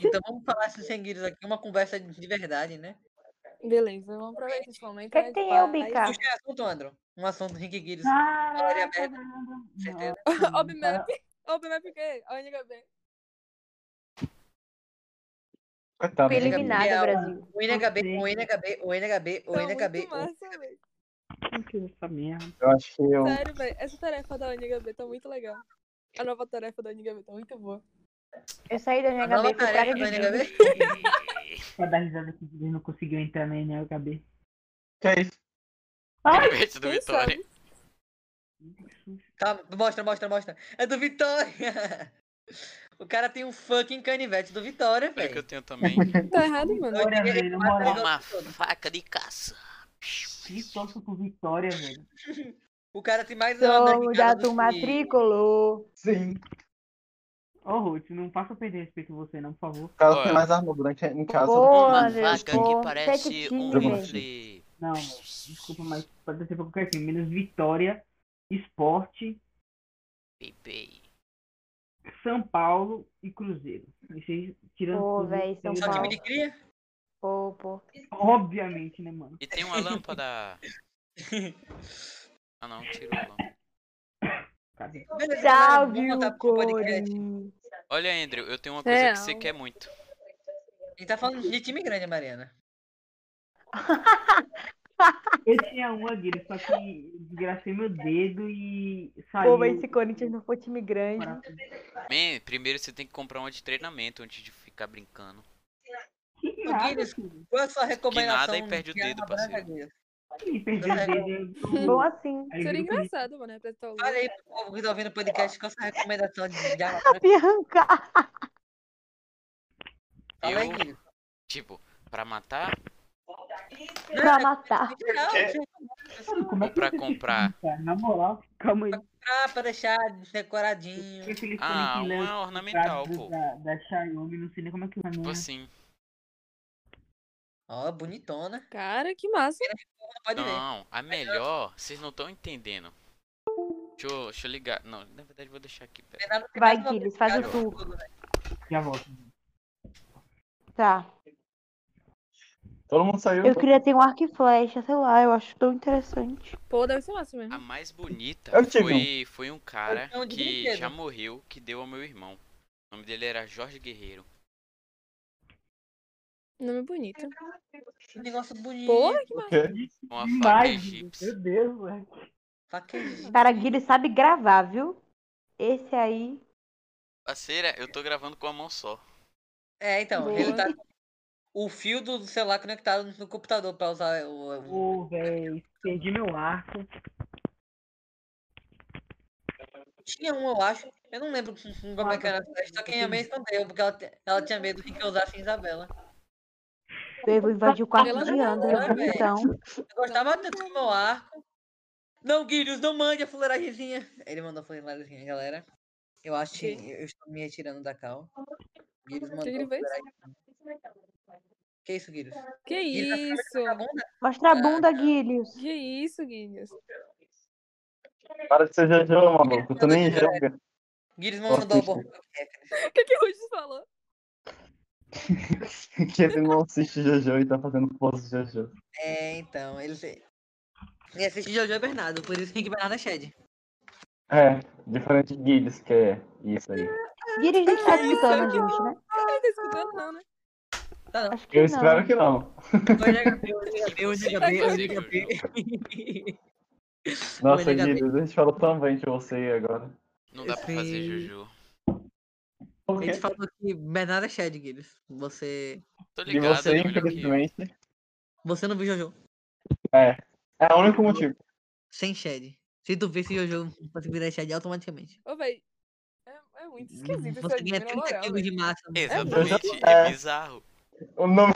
Speaker 1: Então vamos falar isso sem Guilhos aqui, uma conversa de verdade, né?
Speaker 8: Beleza, vamos aproveitar esse momento.
Speaker 5: que
Speaker 8: né,
Speaker 5: tem
Speaker 8: de
Speaker 5: eu,
Speaker 8: paz.
Speaker 5: Bica?
Speaker 1: Puxa assunto, Andro. Um assunto Henrique Guilhos. Olha,
Speaker 9: Caraca,
Speaker 1: aberta.
Speaker 9: caramba.
Speaker 1: Certeza.
Speaker 9: Nossa, tá
Speaker 8: Obmap. Obmap o quê? A única vez.
Speaker 4: Coitado,
Speaker 5: Fui
Speaker 4: né, Gabi?
Speaker 5: eliminado,
Speaker 1: Gabriel.
Speaker 5: Brasil.
Speaker 1: O NHB, o NHB, o NHB, o
Speaker 8: Tá
Speaker 1: NHB.
Speaker 8: muito massa, velho.
Speaker 9: cara, essa merda.
Speaker 4: Eu acho que eu.
Speaker 8: Sério, velho. Essa tarefa da NHB tá muito legal. A nova tarefa da NHB tá muito boa.
Speaker 5: Eu saí da
Speaker 1: A
Speaker 5: minha
Speaker 1: nova
Speaker 5: cabeça pra
Speaker 1: tarefa do
Speaker 5: Guido.
Speaker 1: NHB.
Speaker 9: Pra dar risada que ele não conseguiu entrar na NHB.
Speaker 4: Que é isso?
Speaker 3: Canivete do
Speaker 8: Quem
Speaker 3: Vitória.
Speaker 8: sabe?
Speaker 1: Calma, mostra, mostra, mostra. É do Vitória. O cara tem um fucking canivete do Vitória,
Speaker 3: Olha o É que eu
Speaker 1: velho.
Speaker 3: tenho também.
Speaker 8: Tá errado, mano.
Speaker 9: Vitória,
Speaker 1: Ele
Speaker 9: velho, na
Speaker 1: mata
Speaker 9: moral.
Speaker 1: negócio
Speaker 3: Uma
Speaker 1: todo.
Speaker 3: faca de caça.
Speaker 9: Que torço pro Vitória, velho.
Speaker 1: O cara tem mais
Speaker 5: Somos da
Speaker 1: arrancada do
Speaker 5: turma
Speaker 1: que-
Speaker 5: tricolor.
Speaker 4: Sim.
Speaker 9: Ô, Ruth, não faça eu perder respeito a você, não, por favor.
Speaker 4: O cara
Speaker 3: Olha.
Speaker 4: tem mais arma branca é em casa.
Speaker 5: Boa,
Speaker 3: Uma
Speaker 5: Anderson,
Speaker 3: faca que
Speaker 5: pô,
Speaker 3: parece
Speaker 5: detective,
Speaker 3: um
Speaker 4: velho.
Speaker 3: rifle.
Speaker 9: Não, velho, desculpa, mas pode ser pra qualquer time. Menos Vitória, Esporte,
Speaker 3: Pipei.
Speaker 9: São Paulo e Cruzeiro. Isso aí, tirando
Speaker 5: Pô,
Speaker 9: Cruzeiro,
Speaker 5: velho, São
Speaker 9: seria
Speaker 1: Só time
Speaker 5: Paulo.
Speaker 1: de cria?
Speaker 5: Pô, pô.
Speaker 9: Obviamente, né, mano?
Speaker 3: E tem uma lâmpada. Ah não, tirou a lâmpada.
Speaker 9: Cadê?
Speaker 1: Beleza, galera,
Speaker 5: Tchau,
Speaker 1: vamos
Speaker 5: viu,
Speaker 1: voltar pro podcast.
Speaker 5: Corinthians.
Speaker 3: Olha, Andrew, eu tenho uma coisa que você
Speaker 8: É, Não.
Speaker 3: quer muito.
Speaker 1: A gente tá falando de time grande, Mariana.
Speaker 9: Eu tinha um Aguirre, só que desgracei meu dedo e saiu.
Speaker 5: Pô, mas se Corinthians não for time grande.
Speaker 9: Pra-
Speaker 3: Man, primeiro você tem que comprar uma de treinamento antes de ficar brincando.
Speaker 9: Que
Speaker 1: O
Speaker 9: nada,
Speaker 1: Guinness-
Speaker 9: filho.
Speaker 1: Qual é a sua recomendação?
Speaker 3: e perde o
Speaker 1: de arma
Speaker 3: dedo, parceiro.
Speaker 1: branca, Guilhos?
Speaker 9: Ih, perdi o
Speaker 3: É.
Speaker 9: dedo.
Speaker 5: Bom assim.
Speaker 9: Aí
Speaker 8: Seria
Speaker 9: virou que-
Speaker 8: engraçado, mano, representar o Lula.
Speaker 1: Olha aí, pro povo que tá ouvindo o podcast, qual é a sua recomendação de de arma branca?
Speaker 5: Sabia arrancar.
Speaker 1: Fala aí,
Speaker 3: Eu-
Speaker 1: Guilherme.
Speaker 3: Tipo, pra matar
Speaker 5: Pra matar.
Speaker 1: Geral,
Speaker 4: Porque-
Speaker 1: gente,
Speaker 9: Mano, como é
Speaker 3: ou pra
Speaker 9: que eu
Speaker 3: comprar?
Speaker 9: Cara, na moral, calma aí.
Speaker 1: Pra, pra deixar decoradinho.
Speaker 9: Aquele
Speaker 3: Ah,
Speaker 9: fone que
Speaker 3: um
Speaker 9: lança
Speaker 3: é ornamental,
Speaker 9: da-
Speaker 3: pô.
Speaker 9: Da, da Xiaomi, não sei nem como é que vai
Speaker 3: Tipo
Speaker 9: nome.
Speaker 3: assim.
Speaker 1: Ó, bonitona.
Speaker 8: Cara, que massa.
Speaker 1: Pode ver.
Speaker 3: Não, a melhor, vocês não estão entendendo. Deixa eu, deixa eu ligar. Não, na verdade eu vou deixar aqui. Pera.
Speaker 1: Renato tem
Speaker 5: Vai,
Speaker 1: mais uma
Speaker 5: Guilherme,
Speaker 1: vez,
Speaker 5: faz o
Speaker 1: cara.
Speaker 5: tu.
Speaker 9: Já volto.
Speaker 5: Tá.
Speaker 4: Todo mundo saiu.
Speaker 5: Eu queria ter um arco e flecha, sei lá, eu acho tão interessante.
Speaker 8: Pô, deve ser massa mesmo.
Speaker 3: A mais bonita
Speaker 9: É
Speaker 4: Eu tive
Speaker 3: foi, foi um cara
Speaker 1: Eu tinha um de
Speaker 3: que
Speaker 1: brinquedo.
Speaker 3: já morreu, que deu ao meu irmão. O nome dele era Jorge Guerreiro.
Speaker 8: Nome bonito.
Speaker 1: Que negócio bonito.
Speaker 8: Pô, que massa.
Speaker 4: Porque
Speaker 3: Uma faca
Speaker 9: Demais,
Speaker 3: egípcia.
Speaker 9: meu Deus, velho.
Speaker 1: Faquejinho.
Speaker 5: Cara, Guilherme sabe gravar, viu? Esse aí.
Speaker 3: Parceira, eu tô gravando com a mão só.
Speaker 1: É, então,
Speaker 8: Boa.
Speaker 1: ele tá com o fio do celular conectado no computador pra usar o. o-
Speaker 9: Ô, velho, perdi meu arco.
Speaker 1: Tinha um, eu acho. Eu não lembro como é que era a cidade, só que a minha mãe escondeu, porque ela, te- ela tinha medo de que eu usasse a Isabela.
Speaker 5: Eu vou invadir o quarto
Speaker 8: Ela
Speaker 5: de
Speaker 8: não
Speaker 5: André,
Speaker 1: sabe.
Speaker 5: então.
Speaker 1: Eu gostava tanto do meu arco. Não, Guilhos, não mande a fuleiragemzinha. Ele mandou a fuleiragemzinha, galera. Eu acho que
Speaker 8: Ok.
Speaker 1: eu estou me retirando da cal. Guilhos
Speaker 8: que
Speaker 1: mandou.
Speaker 8: ele Tá
Speaker 1: a
Speaker 8: fez?
Speaker 1: fuleiragem. Que isso, Guilhos?
Speaker 8: Que
Speaker 1: Guilherme, a câmera
Speaker 8: isso?
Speaker 1: tá bunda?
Speaker 5: Mostra a
Speaker 8: É.
Speaker 5: bunda, Guilherme.
Speaker 8: Que isso, Guilherme?
Speaker 4: para de ser Jojo, maluco. Tu nem
Speaker 1: Cara,
Speaker 4: joga.
Speaker 1: Guilhos mandou a bunda.
Speaker 8: O que, que o Rudy falou?
Speaker 4: que ele não assiste Jojo e tá fazendo pose de Jojo.
Speaker 1: É, então, ele. se- Ele assiste Jojo e Bernardo, por isso que Bernardo é Shed.
Speaker 4: É, diferente de Guilherme, que é isso aí.
Speaker 5: Guilherme nem tá
Speaker 8: Isso,
Speaker 5: escutando a
Speaker 8: aqui
Speaker 5: gente, né?
Speaker 8: Não tá escutando, não, né?
Speaker 5: Acho que
Speaker 4: Eu
Speaker 5: não.
Speaker 4: espero que não. Nossa,
Speaker 1: Olha,
Speaker 4: Guilherme, a gente falou tão bem de você agora.
Speaker 3: Não dá pra fazer Juju.
Speaker 1: A gente falou que Bernardo é Shed, Guilherme. Você.
Speaker 3: Tô
Speaker 4: De
Speaker 3: ligado,
Speaker 4: você,
Speaker 3: ele é melhor que eu.
Speaker 4: infelizmente.
Speaker 1: Você não viu Jojo.
Speaker 4: É. É o único motivo.
Speaker 1: Sem Shed. Se tu visse Jojo, você virar Shed automaticamente.
Speaker 8: Ô, velho. É, é muito esquisito esse
Speaker 1: Você
Speaker 8: anime,
Speaker 1: ganha
Speaker 8: na
Speaker 1: 30
Speaker 8: moral.
Speaker 1: quilos de
Speaker 8: velho.
Speaker 1: massa. né?
Speaker 3: Exatamente,
Speaker 4: É.
Speaker 3: é bizarro.
Speaker 4: O nome.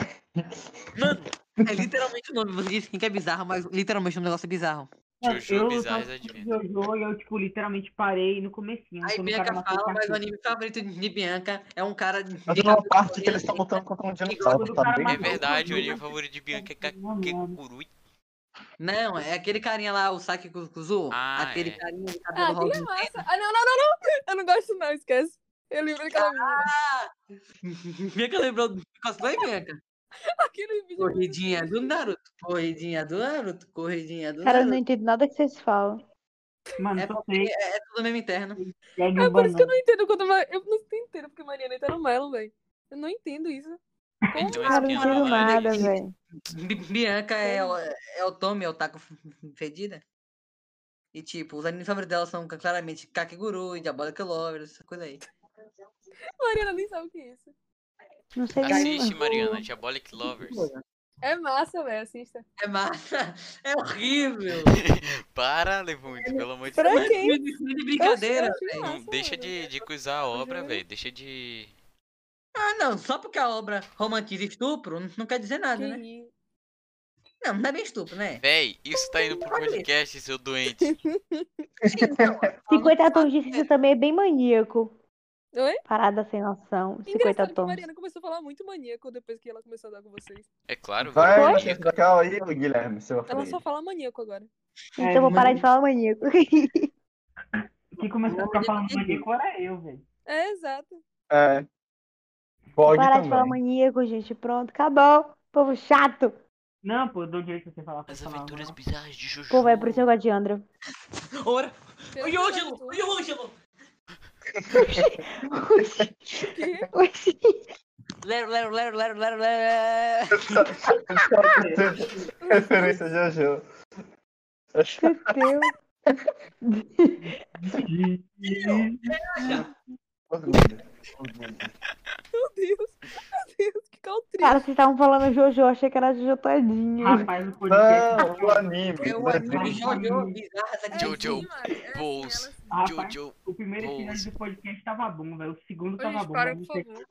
Speaker 1: Mano, é literalmente o nome. Você disse que é bizarro, mas literalmente o negócio é bizarro.
Speaker 3: Juju,
Speaker 9: eu
Speaker 3: bizarros
Speaker 9: tava assistindo
Speaker 3: adventos.
Speaker 9: Jojo e eu, tipo, literalmente parei no comecinho.
Speaker 1: Aí
Speaker 9: quando o
Speaker 1: Bianca
Speaker 9: cara matou o
Speaker 1: fala, mas o
Speaker 9: cachorro.
Speaker 1: anime favorito de Bianca é um cara de
Speaker 4: Mas tem uma parte que eles estão lutando contra um dinossauro, tá
Speaker 3: É
Speaker 4: bem?
Speaker 3: verdade, o anime favorito de Bianca é Kakekuru.
Speaker 1: Não, é aquele carinha lá, o Saki Kuzu.
Speaker 3: Ah,
Speaker 1: aquele
Speaker 3: é.
Speaker 1: carinha de cabelo
Speaker 8: Ah, aquele é
Speaker 1: rosinha.
Speaker 8: massa. Ah, não, não, não, não. Eu não gosto, não, esquece. Eu lembro
Speaker 1: Tá.
Speaker 8: daquela menina.
Speaker 1: Bianca lembrou do cosplay, Bianca?
Speaker 8: Aquele vídeo. é muito
Speaker 1: Corridinha do Naruto, corridinha do Naruto, corridinha do
Speaker 5: Cara, eu não
Speaker 1: Naruto.
Speaker 5: entendo nada que vocês falam.
Speaker 9: Mano,
Speaker 1: É
Speaker 9: só
Speaker 1: porque
Speaker 9: sei.
Speaker 1: é, é tudo mesmo interno.
Speaker 9: Pegue
Speaker 8: É
Speaker 9: o
Speaker 8: por isso que eu
Speaker 9: banana.
Speaker 8: não entendo quando. Ma- Eu não entendo porque Mariana tá no Mylon, velho. Eu não entendo isso. Como?
Speaker 3: Então,
Speaker 5: Cara, eu não
Speaker 3: espião,
Speaker 5: entendo
Speaker 3: galera,
Speaker 5: nada,
Speaker 3: isso.
Speaker 5: velho.
Speaker 1: Bi- Bianca é, o- é o Tommy, é o Taco f- f- Fedida. E tipo, os animes favoritos dela são claramente Kakeguru, Diabolical Lovers, essa coisa aí.
Speaker 8: Mariana nem sabe o que é isso.
Speaker 5: Não sei
Speaker 3: Assiste,
Speaker 5: mesmo.
Speaker 3: Mariana, Diabolic Lovers.
Speaker 8: É massa, velho. Assista.
Speaker 1: É massa, é horrível.
Speaker 3: Para, Levante, pelo amor de
Speaker 5: é
Speaker 8: Pra
Speaker 3: Deus.
Speaker 8: quem?
Speaker 1: de
Speaker 8: Eu achei-
Speaker 1: brincadeira.
Speaker 8: eu achei
Speaker 3: Não
Speaker 5: assim,
Speaker 8: massa,
Speaker 3: deixa
Speaker 8: mano.
Speaker 3: de, de coisar a obra,
Speaker 5: é
Speaker 8: juro.
Speaker 3: velho. Deixa de.
Speaker 1: Ah, não, só porque a obra romantiza estupro, n- não quer dizer nada, né?
Speaker 8: Que isso.
Speaker 1: Não, não é bem estupro, né?
Speaker 3: Véi, isso tá indo pro
Speaker 5: é
Speaker 3: podcast, seu doente.
Speaker 5: 50 tons de cinza também é bem maníaco.
Speaker 8: Oi?
Speaker 5: Parada sem noção. 50
Speaker 8: Engraçado que a
Speaker 5: tons.
Speaker 8: Mariana começou a falar muito maníaco depois que ela começou a dar com vocês.
Speaker 3: É claro,
Speaker 4: Vai,
Speaker 3: velho.
Speaker 4: deixa esse local aí, Guilherme, seu
Speaker 8: Ela
Speaker 4: filho.
Speaker 8: só fala maníaco agora.
Speaker 5: Então
Speaker 4: É,
Speaker 5: eu vou parar de falar maníaco.
Speaker 9: Quem começou a ficar falando maníaco era eu, velho.
Speaker 8: É, exato.
Speaker 4: É.
Speaker 5: Vou
Speaker 4: Pode
Speaker 5: parar de falar
Speaker 4: também.
Speaker 5: maníaco, gente. Pronto, acabou. Povo chato.
Speaker 9: Não, pô, eu dou direito pra você falar. pra
Speaker 3: As
Speaker 9: falar
Speaker 3: aventuras
Speaker 9: agora.
Speaker 3: bizarras de Juju.
Speaker 5: Pô, vai é por isso eu gosto de Andra.
Speaker 1: Ora,
Speaker 8: Pelo
Speaker 1: o
Speaker 8: que eu
Speaker 1: Yojilo,
Speaker 8: tô-
Speaker 1: o Yojilo.
Speaker 8: Que?
Speaker 5: Oxi.
Speaker 1: Lero, lero, lero, lero, lero, lero.
Speaker 4: Referência de Jojo.
Speaker 5: Meu Deus.
Speaker 8: Meu Deus. Meu Deus, que caltrinho.
Speaker 5: Cara, vocês estavam falando Jojo, achei que era Jojo tadinho.
Speaker 9: Rapaz, o podcast.
Speaker 4: Não, o anime.
Speaker 1: É o
Speaker 4: não
Speaker 1: anime
Speaker 4: existe.
Speaker 1: Jojo bizarra
Speaker 8: É,
Speaker 1: essa
Speaker 3: Jojo
Speaker 8: sim, mano, é assim,
Speaker 3: Bulls.
Speaker 8: ela-
Speaker 9: Rapaz,
Speaker 3: Jojo.
Speaker 9: o primeiro episódio do podcast tava bom, velho. O segundo
Speaker 8: Ô,
Speaker 9: tava
Speaker 8: gente,
Speaker 9: bom,
Speaker 8: para,
Speaker 9: mas
Speaker 8: por
Speaker 9: não sei
Speaker 8: favor.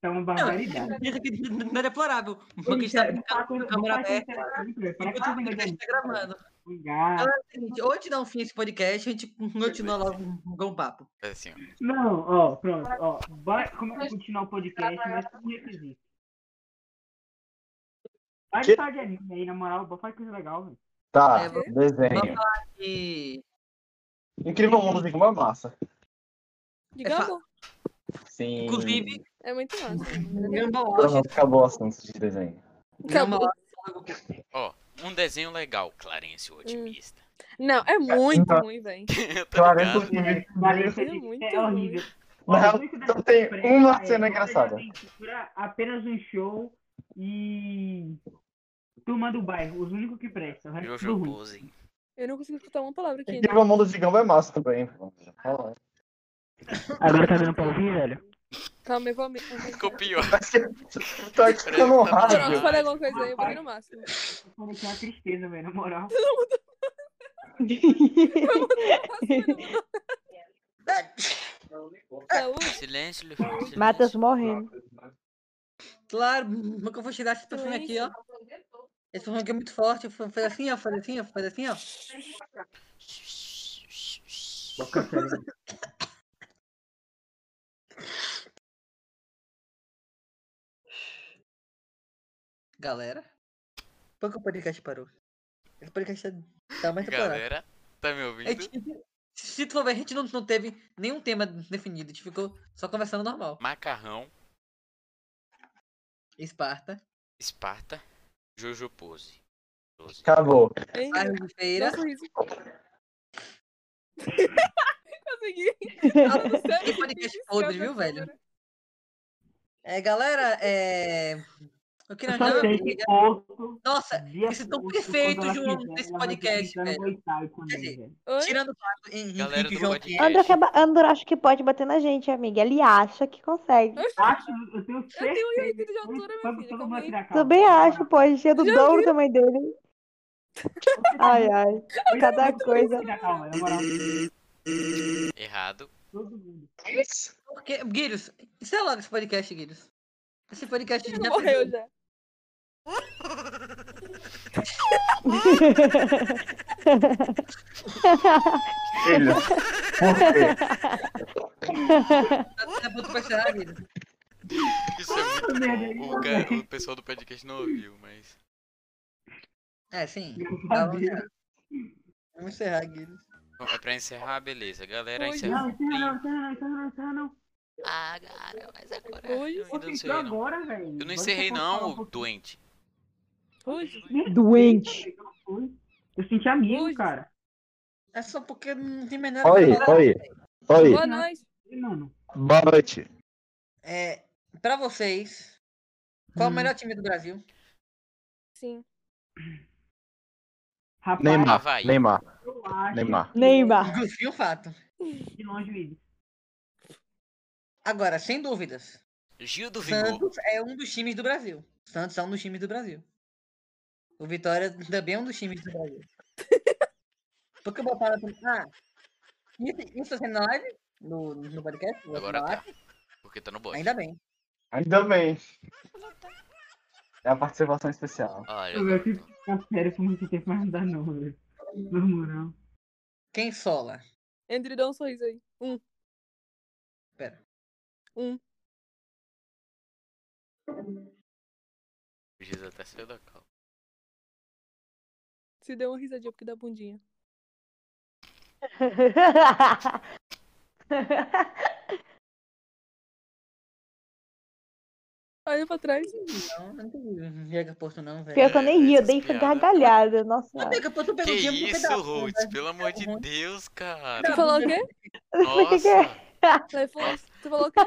Speaker 9: tá uma barbaridade.
Speaker 1: Pensa que não é deplorável. Porque
Speaker 9: Isso
Speaker 1: está
Speaker 9: é- não
Speaker 1: brincando
Speaker 9: faz
Speaker 1: com
Speaker 9: coisa- não
Speaker 1: câmera
Speaker 9: faz coisa
Speaker 1: aberta.
Speaker 9: interessante, velho. Parece
Speaker 1: Enquanto
Speaker 9: que
Speaker 1: o podcast está gravando.
Speaker 9: Obrigado.
Speaker 1: Gente, Ou te dá um fim esse podcast, a gente continua logo com o papo.
Speaker 3: É assim, ó.
Speaker 9: Não, ó, pronto, ó. Bora começar a continuar o podcast, mas com um requisito. Vai
Speaker 4: Que-
Speaker 9: de tarde anime aí, na moral, bora fazer coisa legal, velho.
Speaker 4: Tá,
Speaker 1: É,
Speaker 8: vou-
Speaker 4: desenho.
Speaker 1: E.
Speaker 4: Incrível mundo de uma massa.
Speaker 8: Diga amor.
Speaker 4: Sim.
Speaker 1: Inclusive,
Speaker 8: É muito massa.
Speaker 1: meu
Speaker 4: Pronto,
Speaker 1: balde.
Speaker 4: Acabou o assunto de desenho.
Speaker 8: Acabou.
Speaker 3: Um desenho legal,
Speaker 5: Hum.
Speaker 3: Clarêncio Otimista.
Speaker 8: Não, é muito ruim, velho.
Speaker 3: Eu tô
Speaker 4: Claramente,
Speaker 3: ligado.
Speaker 4: otimista.
Speaker 9: Parece
Speaker 8: É muito
Speaker 9: é horrível.
Speaker 4: Na real,
Speaker 9: Ó, muito
Speaker 4: só tem
Speaker 9: dessa
Speaker 4: uma
Speaker 9: frente,
Speaker 4: cena
Speaker 9: é,
Speaker 4: engraçada.
Speaker 9: Roda de Aventura, Apenas um show e. Turma do bairro, os únicos que prestam. O resto é
Speaker 3: Jojo
Speaker 9: tudo ruim.
Speaker 3: Bulls. hein?
Speaker 8: Eu não consigo escutar uma palavra aqui. né? ainda.
Speaker 4: Incrível mundo de Gamba é massa também. vamos já falar.
Speaker 9: Agora tá dando pra ouvir, velho?
Speaker 8: Calma, eu vou me. eu vou me-
Speaker 3: Ficou pior.
Speaker 4: Mas você tá escutando um
Speaker 8: Pronto,
Speaker 4: rádio.
Speaker 8: falei alguma coisa aí, eu vou no máximo.
Speaker 9: Parece é uma tristeza, velho, na moral.
Speaker 8: Saúde.
Speaker 3: Silêncio, Lefante.
Speaker 5: Matheus morrendo.
Speaker 1: Claro, nunca vou chegar esse perfume aqui, ó. Esse perfume aqui é muito forte. Foi foi assim, ó. Foi assim, ó. Foi assim, ó. Galera. Por que o podcast parou? Esse podcast tá- tá mais temporada.
Speaker 3: Galera, tá me
Speaker 1: É tipo-
Speaker 3: ouvindo?
Speaker 1: Se tu for ver, a gente não, não teve nenhum tema definido. A gente ficou só conversando normal.
Speaker 3: Macarrão,
Speaker 1: Esparta.
Speaker 3: Esparta, Jojo Pose. Pose.
Speaker 4: Acabou.
Speaker 8: Ei,
Speaker 1: Barra de feira.
Speaker 8: dá um sorriso. consegui.
Speaker 1: Que é podcast podre, viu, velho? É, galera, é. Eu queria
Speaker 9: Só sei que outro
Speaker 1: Nossa,
Speaker 9: dia
Speaker 1: vocês estão
Speaker 9: útil, quando
Speaker 1: perfeitos,
Speaker 9: ela
Speaker 1: João, nesse
Speaker 9: quiser, né? ela vai
Speaker 1: podcast,
Speaker 9: tentando
Speaker 1: velho.
Speaker 9: coitar também,
Speaker 1: Quer dizer,
Speaker 9: velho.
Speaker 8: Oi?
Speaker 1: Tirando o fato em em que
Speaker 3: Galera
Speaker 1: é
Speaker 3: do
Speaker 1: João
Speaker 3: podcast.
Speaker 5: André, quer ba- André acho que pode bater na gente, amiga. Ele acha que consegue.
Speaker 9: Acho, eu tenho
Speaker 8: Eu tenho 1,80
Speaker 9: certeza.
Speaker 8: de altura, minha
Speaker 9: quando-
Speaker 8: filha,
Speaker 9: quando
Speaker 8: calma
Speaker 9: vai
Speaker 8: aí.
Speaker 9: tirar a calça,
Speaker 5: Também
Speaker 9: ela-
Speaker 5: acho, pode ser do
Speaker 8: Já
Speaker 5: dobro do tamanho dele. Ai, ai.
Speaker 9: Eu
Speaker 5: cada
Speaker 9: tenho certeza
Speaker 5: coisa.
Speaker 9: que vai tirar a calça, na moral,
Speaker 3: Errado.
Speaker 9: todo mundo.
Speaker 1: Porque, Guilhos, sei lá esse podcast, Guilhos. Esse podcast já
Speaker 8: Morreu já.
Speaker 4: Filho, por quê?
Speaker 1: tá pronto pra chorar, Guilhos.
Speaker 3: Isso é muito
Speaker 9: merda,
Speaker 3: bom. O, cara- o pessoal do podcast não ouviu, mas.
Speaker 1: É, sim.
Speaker 9: Eu
Speaker 1: Tá, vamos
Speaker 9: sabia.
Speaker 1: encerrar. Vamos encerrar, Guilhos.
Speaker 3: Bom, é pra encerrar, beleza. Galera,
Speaker 8: Oi,
Speaker 3: encerra.
Speaker 9: Não, encerra não, encerra não, encerra não, encerra não.
Speaker 3: Ah, cara, mas agora.
Speaker 8: Oi?
Speaker 3: Eu
Speaker 9: Você
Speaker 3: não
Speaker 9: entrou
Speaker 3: encerrei, não.
Speaker 9: agora, velho.
Speaker 3: Eu não
Speaker 9: Agora
Speaker 3: encerrei,
Speaker 9: você pode
Speaker 3: não,
Speaker 9: falar um
Speaker 3: ô
Speaker 9: pouquinho.
Speaker 3: doente.
Speaker 8: Hoje?
Speaker 5: Doente.
Speaker 9: Eu não fui. Eu senti amigo,
Speaker 8: Oi.
Speaker 9: cara.
Speaker 1: É só porque não tem menor
Speaker 10: Oi, oi, oi.
Speaker 8: Boa noite.
Speaker 9: E, mano,
Speaker 10: Boa noite.
Speaker 1: É, pra vocês, qual é
Speaker 9: Hum.
Speaker 1: o melhor time do Brasil?
Speaker 8: Sim.
Speaker 9: rapaz,
Speaker 10: Neymar,
Speaker 3: Havaí.
Speaker 10: Neymar,
Speaker 9: eu acho
Speaker 10: Neymar.
Speaker 5: Neymar.
Speaker 1: Desafio fato.
Speaker 9: de longe o Ibis.
Speaker 1: Agora, sem dúvidas,
Speaker 3: Gil do Vigor.
Speaker 1: Santos é um dos times do Brasil. Santos é um dos times do Brasil. O Vitória também é um dos times do Brasil. Porque eu vou falar assim, ah, isso, isso tá sendo na live? No, no podcast? Vai
Speaker 3: Agora
Speaker 1: na
Speaker 3: tá.
Speaker 1: live?
Speaker 3: Porque tá no bot.
Speaker 1: Ainda bem.
Speaker 4: Ainda bem. É a participação especial.
Speaker 3: Olha,
Speaker 9: Eu
Speaker 3: garoto.
Speaker 9: fico na série por muito tempo, mas não dá não, velho. Na moral.
Speaker 1: Quem sola?
Speaker 8: Andrew, dá um sorriso aí. Um.
Speaker 1: Pera.
Speaker 8: Um.
Speaker 3: o Giz até saiu da calma.
Speaker 8: Se deu uma risadinha porque dá bundinha. Olha pra trás.
Speaker 1: Não, não tem Diego Porto não, velho.
Speaker 5: Pior que eu nem ri, eu dei
Speaker 3: Essas
Speaker 5: gargalhada. Nossa
Speaker 1: Não
Speaker 5: senhora.
Speaker 1: tem que eu posso
Speaker 3: Que
Speaker 1: pelo dia porque
Speaker 3: isso,
Speaker 1: dá, né? Uhum.
Speaker 3: Rhodes?
Speaker 1: velho.
Speaker 3: Pelo amor de
Speaker 1: ruim.
Speaker 3: Deus,
Speaker 8: Tu
Speaker 3: cara.
Speaker 8: falou o quê?
Speaker 5: Por que que é?
Speaker 3: Nossa,
Speaker 8: Vai, falou- Tu falou o quê?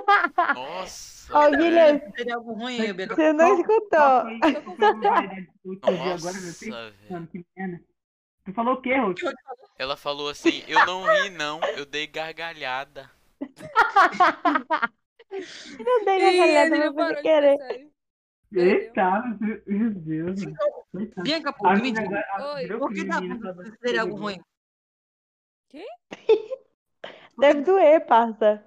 Speaker 3: nossa.
Speaker 5: Ó,
Speaker 3: velho.
Speaker 5: Guilherme,
Speaker 1: Seria algo ruim, eu, Bianca.
Speaker 5: você não
Speaker 9: Qual
Speaker 5: escutou.
Speaker 9: foi- qual foi a modalidade que eu tive agora, meu filho?
Speaker 3: Nossa, velho.
Speaker 9: Mano, que merda. Tu falou o quê, Rô?
Speaker 3: Ela falou assim: Eu não ri, não. Eu dei gargalhada.
Speaker 5: Eu dei
Speaker 8: Ih,
Speaker 5: gargalhada,
Speaker 8: Andrew
Speaker 5: mas foi
Speaker 8: parou
Speaker 5: sem
Speaker 8: de
Speaker 5: querer.
Speaker 8: pensar, hein?
Speaker 9: Eita, meu meu Deus, mano. Coitado. Ah,
Speaker 1: Bianca Porto, me
Speaker 9: Agora-
Speaker 1: diga.
Speaker 9: agora-
Speaker 8: Oi.
Speaker 9: virou
Speaker 1: Então, Por que
Speaker 9: crime,
Speaker 1: dá
Speaker 9: menina,
Speaker 1: bunda
Speaker 9: essa-
Speaker 1: se seria algo ruim?
Speaker 5: Deve doer, parça.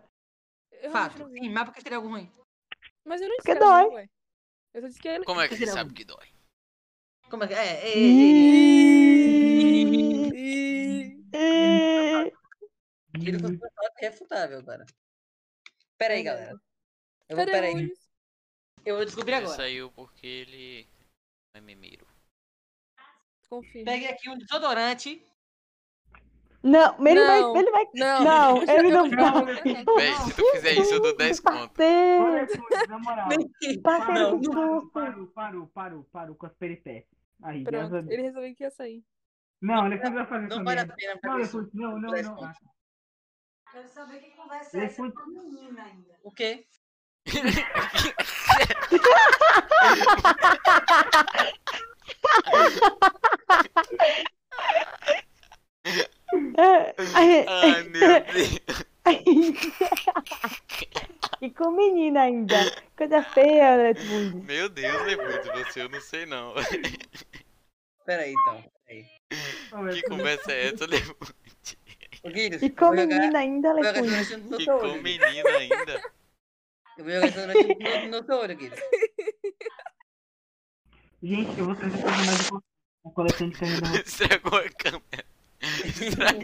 Speaker 8: Eu realmente
Speaker 1: Fato.
Speaker 8: não vi.
Speaker 1: Sim, mas por que seria algo ruim?
Speaker 8: Mas eu não
Speaker 5: Porque
Speaker 8: disse que era
Speaker 5: dói.
Speaker 8: ruim, ué. Eu só disse que era...
Speaker 3: Como é que você
Speaker 1: um.
Speaker 3: sabe que dói?
Speaker 1: Como é que é? é, é, é.
Speaker 5: Ih,
Speaker 8: Ih,
Speaker 5: ih.
Speaker 1: Ele
Speaker 5: Uhum.
Speaker 1: conseguiu falar que é refutável agora. Pera
Speaker 5: é.
Speaker 1: aí, galera. Eu vou,
Speaker 8: Cadê
Speaker 1: pera aí.
Speaker 8: Rhodes?
Speaker 1: Eu vou descobrir
Speaker 3: Ele
Speaker 1: agora.
Speaker 3: saiu porque ele. É mimiro.
Speaker 8: Confia.
Speaker 1: Peguei aqui um desodorante.
Speaker 5: Não, mas ele vai.
Speaker 8: Não.
Speaker 5: Ele vai.
Speaker 8: Não,
Speaker 5: Não, ele não
Speaker 9: Não,
Speaker 5: vai.
Speaker 9: meu filho,
Speaker 3: Véi, se tu fizer isso, eu dou 10 conto.
Speaker 5: Parceiro, tá
Speaker 9: olha só, Na moral.
Speaker 5: parceiro,
Speaker 1: Não, tá.
Speaker 5: que
Speaker 9: Parou,
Speaker 5: susto.
Speaker 9: parou, parou, parou, parou com as peripécias. Aí, graças a
Speaker 8: Pronto,
Speaker 9: Deus.
Speaker 8: ele resolveu que ia sair.
Speaker 9: Não, Lefut vai fazer
Speaker 1: Não
Speaker 9: essa
Speaker 1: vale a
Speaker 9: merda.
Speaker 1: pena.
Speaker 9: Não,
Speaker 1: fazer isso.
Speaker 9: Lefut, não, não,
Speaker 1: Três
Speaker 9: não.
Speaker 1: pontos.
Speaker 6: Quero saber que conversa é essa
Speaker 9: Lefut,
Speaker 6: com a menina ainda.
Speaker 1: O quê?
Speaker 3: Ah,
Speaker 5: É,
Speaker 3: Ai, meu Deus.
Speaker 5: E com menina ainda. Coisa feia, né, Letmund.
Speaker 3: Meu Deus, Lebuto, você eu não sei não.
Speaker 1: Pera aí, então.
Speaker 9: ô,
Speaker 3: Que
Speaker 9: Lefut,
Speaker 3: conversa é essa, Lebuto?
Speaker 1: O Guilherme,
Speaker 5: E
Speaker 1: eu
Speaker 5: com
Speaker 1: vou jogar-
Speaker 5: menina ainda, né,
Speaker 1: eu vou jogar
Speaker 5: Letmund.
Speaker 1: desodorante no
Speaker 3: Que
Speaker 1: seu olho,
Speaker 3: com
Speaker 1: Guilherme.
Speaker 3: menina ainda.
Speaker 1: Eu vou jogar desodorante no- no seu olho, Guilherme.
Speaker 9: Gente, eu vou trazer coisa mais um importante. A coleção de câmera da Rô.
Speaker 3: Estragou a câmera. Estragou.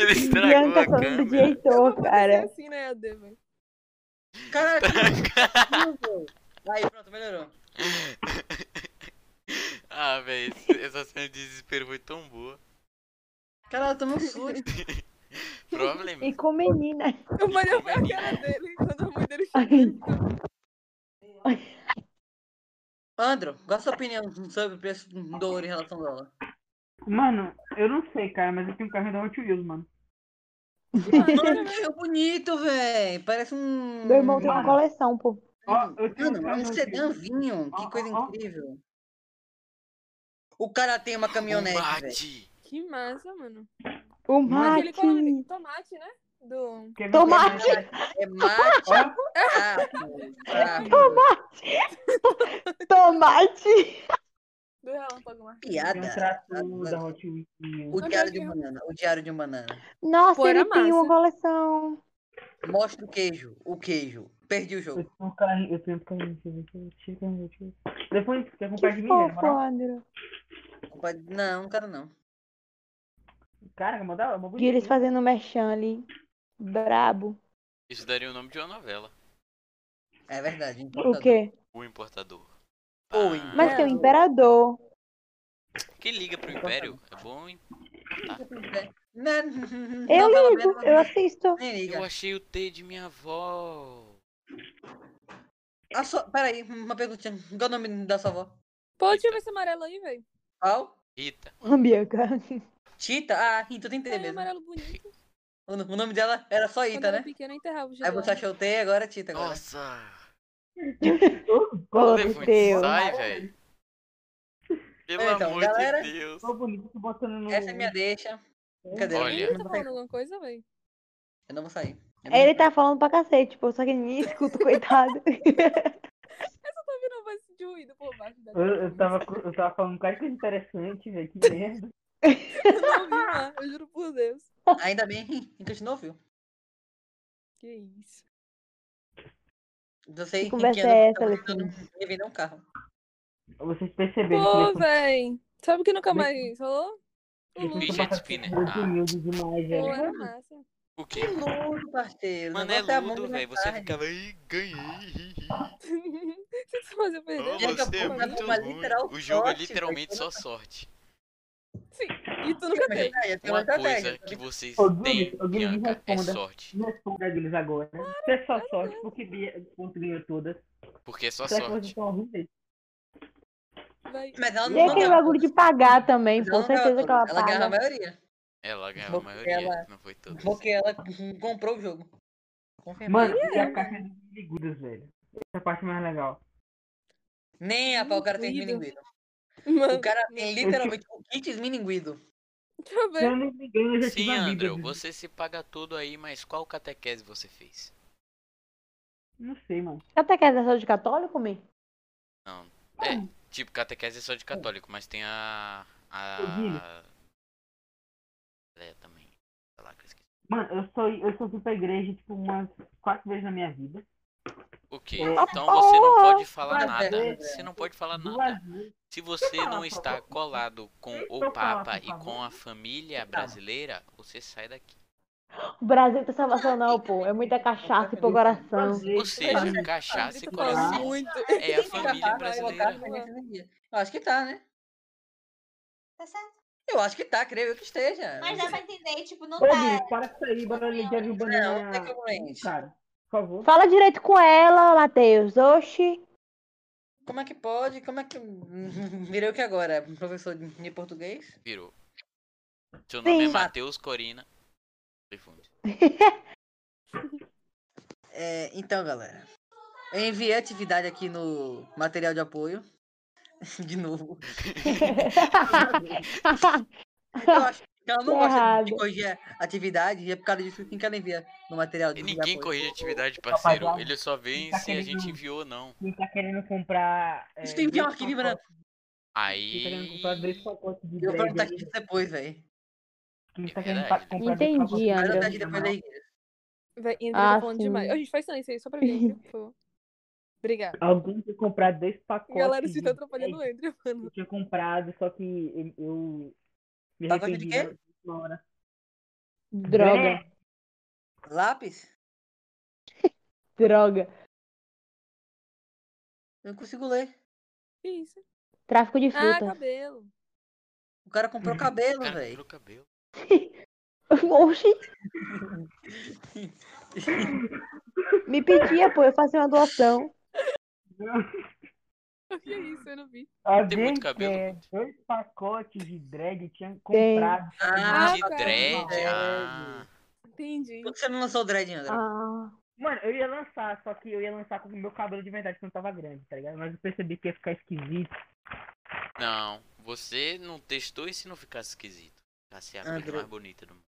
Speaker 3: Ele estragou
Speaker 5: Bianca
Speaker 3: a
Speaker 5: falando de
Speaker 3: câmera.
Speaker 5: Heitor,
Speaker 8: É
Speaker 5: cara.
Speaker 8: assim, né, AD, velho?
Speaker 1: Caraca, meu Aí, pronto, melhorou.
Speaker 3: Ah, velho, esse- essa cena de desespero foi tão boa.
Speaker 1: Caralho, eu tomei um susto.
Speaker 3: Problema.
Speaker 5: E com menina.
Speaker 8: O melhor foi a cara dele quando a mãe dele chegou.
Speaker 1: Andro, qual a sua opinião sobre o preço do ouro em relação ao dólar?
Speaker 9: Mano, eu não sei, cara, mas eu tenho um carro da Hot Wheels, mano.
Speaker 1: Mano, que bonito, velho. Parece um.
Speaker 5: Meu irmão tem uma coleção, pô.
Speaker 1: Mano, é um sedãzinho. Que coisa incrível. O cara tem uma caminhonete, velho.
Speaker 8: Que massa, mano.
Speaker 5: O
Speaker 8: Aquele qual é o nome
Speaker 5: mate.
Speaker 8: dele? Tomate, né? Do...
Speaker 5: Tomate.
Speaker 1: É mate. tá, Sapo, sapo.
Speaker 5: Tomate. Tomate.
Speaker 8: Do Relâmpago lá.
Speaker 9: Tem um
Speaker 1: Piada. tá
Speaker 9: trator da Hot Wheels.
Speaker 1: O diário de um banana. O diário de um banana.
Speaker 5: Nossa,
Speaker 8: Pô, era
Speaker 5: ele tem uma
Speaker 8: massa.
Speaker 5: coleção.
Speaker 1: Mostra o queijo. O queijo. Perdi o
Speaker 9: Eu
Speaker 1: jogo.
Speaker 9: tenho um carrinho, eu tenho um carrinho, deixa eu ver aqui, deixa eu ver, deixa eu ver. Depois, quer
Speaker 5: Que
Speaker 9: comprar de mim, né?
Speaker 5: fofo,
Speaker 9: Moral,
Speaker 5: André.
Speaker 1: Não, não quero não.
Speaker 9: Cara, que modelo, é uma
Speaker 5: E eles fazendo merchan ali. Brabo.
Speaker 3: Isso daria o nome de uma novela.
Speaker 1: É verdade.
Speaker 5: O
Speaker 1: importador.
Speaker 5: quê?
Speaker 3: O Importador.
Speaker 1: Oi.
Speaker 3: Ah,
Speaker 5: Mas tem o
Speaker 8: É.
Speaker 5: imperador.
Speaker 3: Quem liga
Speaker 1: Então
Speaker 3: pro
Speaker 1: tá
Speaker 3: Império é bom, hein?
Speaker 1: Né?
Speaker 5: Eu
Speaker 1: Novela
Speaker 5: ligo,
Speaker 1: mesmo,
Speaker 5: eu assisto.
Speaker 1: Nem
Speaker 3: Eu
Speaker 1: liga.
Speaker 3: achei o T de minha avó.
Speaker 1: Ah, só, peraí, uma perguntinha. Qual é o nome da sua avó?
Speaker 8: Pô, deixa eu ver esse amarelo aí, velho.
Speaker 1: Qual?
Speaker 3: Rita.
Speaker 5: Bianca.
Speaker 1: Tita? Ah, então tem que ter
Speaker 8: Olha o
Speaker 1: mesmo.
Speaker 8: amarelo bonito.
Speaker 1: O o nome dela era só
Speaker 8: Quando
Speaker 1: Ita,
Speaker 8: eu era
Speaker 1: né?
Speaker 8: pequena, eu enterrava o
Speaker 1: Aí você achou o T agora é Tita agora.
Speaker 3: Nossa.
Speaker 5: Pô,
Speaker 3: O
Speaker 5: meu
Speaker 3: telefone
Speaker 5: Deus.
Speaker 3: sai, velho. Pelo
Speaker 1: Então,
Speaker 3: amor
Speaker 1: galera,
Speaker 3: de Deus.
Speaker 9: Tô bonito, tô botando no...
Speaker 1: Essa é minha deixa.
Speaker 5: Uhum.
Speaker 1: Brincadeira.
Speaker 3: Olha.
Speaker 1: Eu
Speaker 8: Tá
Speaker 1: não vou
Speaker 8: falando
Speaker 1: sair.
Speaker 8: alguma coisa, velho?
Speaker 1: Eu não vou sair. Eu não-
Speaker 5: Ele tá falando pra cacete, pô, só que ninguém escuta, coitado.
Speaker 8: Essa tá vindo voz de ruído por baixo da
Speaker 9: Eu, eu, tava, cu- eu tava falando quase coisa interessante, velho, que merda.
Speaker 8: Eu não ouvi, mano. Eu juro por Deus.
Speaker 1: Ainda bem que a gente não ouviu.
Speaker 8: Que isso.
Speaker 1: Não tá sei
Speaker 5: Que
Speaker 1: em
Speaker 5: conversa
Speaker 1: ano
Speaker 5: é
Speaker 1: eu tava
Speaker 5: essa,
Speaker 1: tentando me vender um carro.
Speaker 9: Vocês perceberam
Speaker 8: Pô,
Speaker 9: que
Speaker 8: véi. Sabe o que nunca mais rolou? O
Speaker 9: eu
Speaker 8: Lula.
Speaker 9: tô
Speaker 3: Fidget
Speaker 9: passando
Speaker 3: spinner.
Speaker 9: muito
Speaker 3: Ah.
Speaker 9: humilde demais,
Speaker 8: Pô,
Speaker 9: velho.
Speaker 8: era massa.
Speaker 3: O
Speaker 1: Que
Speaker 3: quê?
Speaker 1: ludo, parceiro.
Speaker 3: Mano, é ludo, velho. Você ficava aí, ganhei. hi, hi, hi.
Speaker 8: Você tá fazendo
Speaker 3: Ô,
Speaker 8: perder.
Speaker 1: Daqui a
Speaker 3: você é
Speaker 1: pouco vai
Speaker 3: muito
Speaker 1: tomar
Speaker 3: ruim.
Speaker 1: literal
Speaker 3: O jogo é
Speaker 1: sorte,
Speaker 3: literalmente
Speaker 1: velho.
Speaker 3: só sorte.
Speaker 8: E tu nunca teve.
Speaker 3: né?
Speaker 1: é
Speaker 3: Uma coisa que vocês
Speaker 9: Ô, Guilherme,
Speaker 3: têm,
Speaker 9: ô, Guilherme,
Speaker 3: Bianca, é
Speaker 9: responda.
Speaker 3: sorte.
Speaker 9: Me Responda eles agora. Você é só sorte, porque Bia ponto ganhou todas.
Speaker 3: Porque é só
Speaker 9: Será que vocês
Speaker 3: sorte.
Speaker 9: estão horríveis?
Speaker 8: Véi.
Speaker 1: Mas ela
Speaker 5: E é
Speaker 1: não, não
Speaker 5: aquele
Speaker 1: ganhou.
Speaker 5: bagulho de pagar também,
Speaker 1: Mas
Speaker 5: pô,
Speaker 1: não ganhou
Speaker 5: certeza que ela
Speaker 1: todas. Ela ganhou a
Speaker 5: paga.
Speaker 1: maioria.
Speaker 3: Ela ganhou a
Speaker 1: Porque
Speaker 3: maioria,
Speaker 1: ela-
Speaker 3: não foi todas.
Speaker 1: Porque ela comprou o jogo. Confirmado.
Speaker 9: Mano, e a
Speaker 1: né?
Speaker 9: caixa dos biligudos, velho? Essa é a parte mais legal.
Speaker 1: Nem a pau, o cara tem
Speaker 8: Minguido.
Speaker 1: milinguido.
Speaker 8: Mano,
Speaker 1: O cara tem literalmente o kit milinguido.
Speaker 8: deixa eu
Speaker 9: Se eu
Speaker 8: ver.
Speaker 9: não me engano, eu já
Speaker 3: Sim,
Speaker 9: tive a vida.
Speaker 3: André, você se paga tudo aí, mas qual catequese você fez?
Speaker 9: Não sei, mano.
Speaker 5: Até que é de católico, me?
Speaker 3: Não. É, tipo, catequese é só de católico, mas tem a. A. É, também. Sei lá, que eu esqueci.
Speaker 9: Mano, eu sou, eu sou fui pra igreja, tipo, umas quatro vezes na minha vida.
Speaker 3: O quê?
Speaker 9: Ah,
Speaker 3: Então você não pode falar
Speaker 9: Vai
Speaker 3: nada.
Speaker 9: ver.
Speaker 3: Você não pode falar nada.
Speaker 9: Duas vezes.
Speaker 3: Se você
Speaker 9: falar,
Speaker 3: não
Speaker 9: por
Speaker 3: está
Speaker 9: favor.
Speaker 3: colado com o
Speaker 9: eu falar,
Speaker 3: Papa
Speaker 9: por
Speaker 3: e com
Speaker 9: favor?
Speaker 3: a família
Speaker 1: Calma.
Speaker 3: brasileira, você sai daqui.
Speaker 5: O Brasil tem salvação não, pô. É muita cachaça e pro
Speaker 9: Então,
Speaker 5: coração.
Speaker 3: Ou
Speaker 9: Duas
Speaker 3: seja,
Speaker 9: vezes.
Speaker 3: cachaça e
Speaker 8: Tá
Speaker 3: coração
Speaker 8: muito.
Speaker 3: é a
Speaker 1: Quem
Speaker 3: família
Speaker 1: capaz de colocar
Speaker 3: brasileira.
Speaker 1: as coisas nesse dia? Eu acho que tá, né? Tá certo. Eu acho que tá, creio eu que esteja.
Speaker 11: Mas dá pra entender, tipo, não
Speaker 9: Ô,
Speaker 11: tá.
Speaker 9: Bicho, para com isso aí, bora ligar de
Speaker 1: Não,
Speaker 9: banana.
Speaker 1: não é congruente.
Speaker 9: Cara, por favor.
Speaker 5: Fala direito com ela, Matheus. Oxi.
Speaker 1: Como é que pode? Como é que. Virei o que agora? Um Professor de português?
Speaker 3: Virou. Seu nome é
Speaker 5: Sim.
Speaker 3: Matheus Corina. Confunde.
Speaker 1: É, então, galera. Eu enviei atividade aqui no material de apoio. De novo. Eu acho que ela não
Speaker 5: Tá
Speaker 1: gosta de
Speaker 5: errado.
Speaker 1: corrigir atividade e é por causa disso que ela envia no material de
Speaker 3: E
Speaker 1: de
Speaker 3: ninguém
Speaker 1: apoio.
Speaker 3: corrige atividade, parceiro.
Speaker 9: Rapaziada,
Speaker 3: Ele só vem
Speaker 9: tá
Speaker 3: se a gente
Speaker 9: querendo-
Speaker 3: enviou ou não.
Speaker 9: Quem tá querendo comprar. É,
Speaker 1: Deixa eu enviar um
Speaker 9: dois
Speaker 1: arquivo,
Speaker 9: pacotes- Quem tá querendo
Speaker 3: Aí.
Speaker 9: comprar dois pacotes de
Speaker 1: Eu vou perguntar
Speaker 9: bread.
Speaker 1: disso depois, velho.
Speaker 9: Quem tá
Speaker 3: É
Speaker 9: querendo
Speaker 3: verdade.
Speaker 9: pa- comprar dois
Speaker 5: Entendi,
Speaker 9: pacotes de
Speaker 1: Mas
Speaker 5: André.
Speaker 1: eu
Speaker 9: bread
Speaker 1: até depois da igreja.
Speaker 8: Véi, André
Speaker 5: Ah,
Speaker 8: tá falando
Speaker 5: sim.
Speaker 8: demais. Ô, gente, faz silêncio aí, só pra mim, André, por favor. Obrigada.
Speaker 9: Alguém tinha comprado dois pacotes.
Speaker 8: Galera, você tá
Speaker 9: de
Speaker 8: atrapalhando o
Speaker 9: bread.
Speaker 8: André, mano.
Speaker 9: Eu tinha comprado, só que eu, eu me
Speaker 1: Pacote de
Speaker 9: arrependi
Speaker 1: quê?
Speaker 9: na hora.
Speaker 5: Droga,
Speaker 9: Bread.
Speaker 1: Lápis?
Speaker 5: droga.
Speaker 1: Eu não consigo ler.
Speaker 8: Que isso?
Speaker 5: Tráfico de
Speaker 8: Ah,
Speaker 5: fruta.
Speaker 8: cabelo.
Speaker 1: O cara
Speaker 8: Uhum.
Speaker 1: comprou cabelo,
Speaker 3: Cara,
Speaker 1: velho.
Speaker 3: tirou o cabelo.
Speaker 5: Oxi. Me pedia, pô, eu fazia uma doação.
Speaker 8: O que é isso? Eu não vi.
Speaker 3: Tem
Speaker 9: Alguém
Speaker 3: muito cabelo.
Speaker 9: é, dois pacotes de drag tinha
Speaker 5: Tem.
Speaker 9: comprado.
Speaker 1: Ah,
Speaker 3: de
Speaker 8: tá.
Speaker 3: dread.
Speaker 1: É.
Speaker 3: Ah.
Speaker 8: Entendi.
Speaker 1: Por que você não lançou o dread,
Speaker 8: Ah.
Speaker 1: André?
Speaker 5: Ah,
Speaker 9: Mano, eu ia lançar, só que eu ia lançar com o meu cabelo de verdade, que não tava grande, tá ligado? Mas eu percebi que ia ficar esquisito.
Speaker 3: Não, você não testou e se não ficar esquisito. Tá ser a coisa
Speaker 9: André.
Speaker 3: mais bonita do mundo.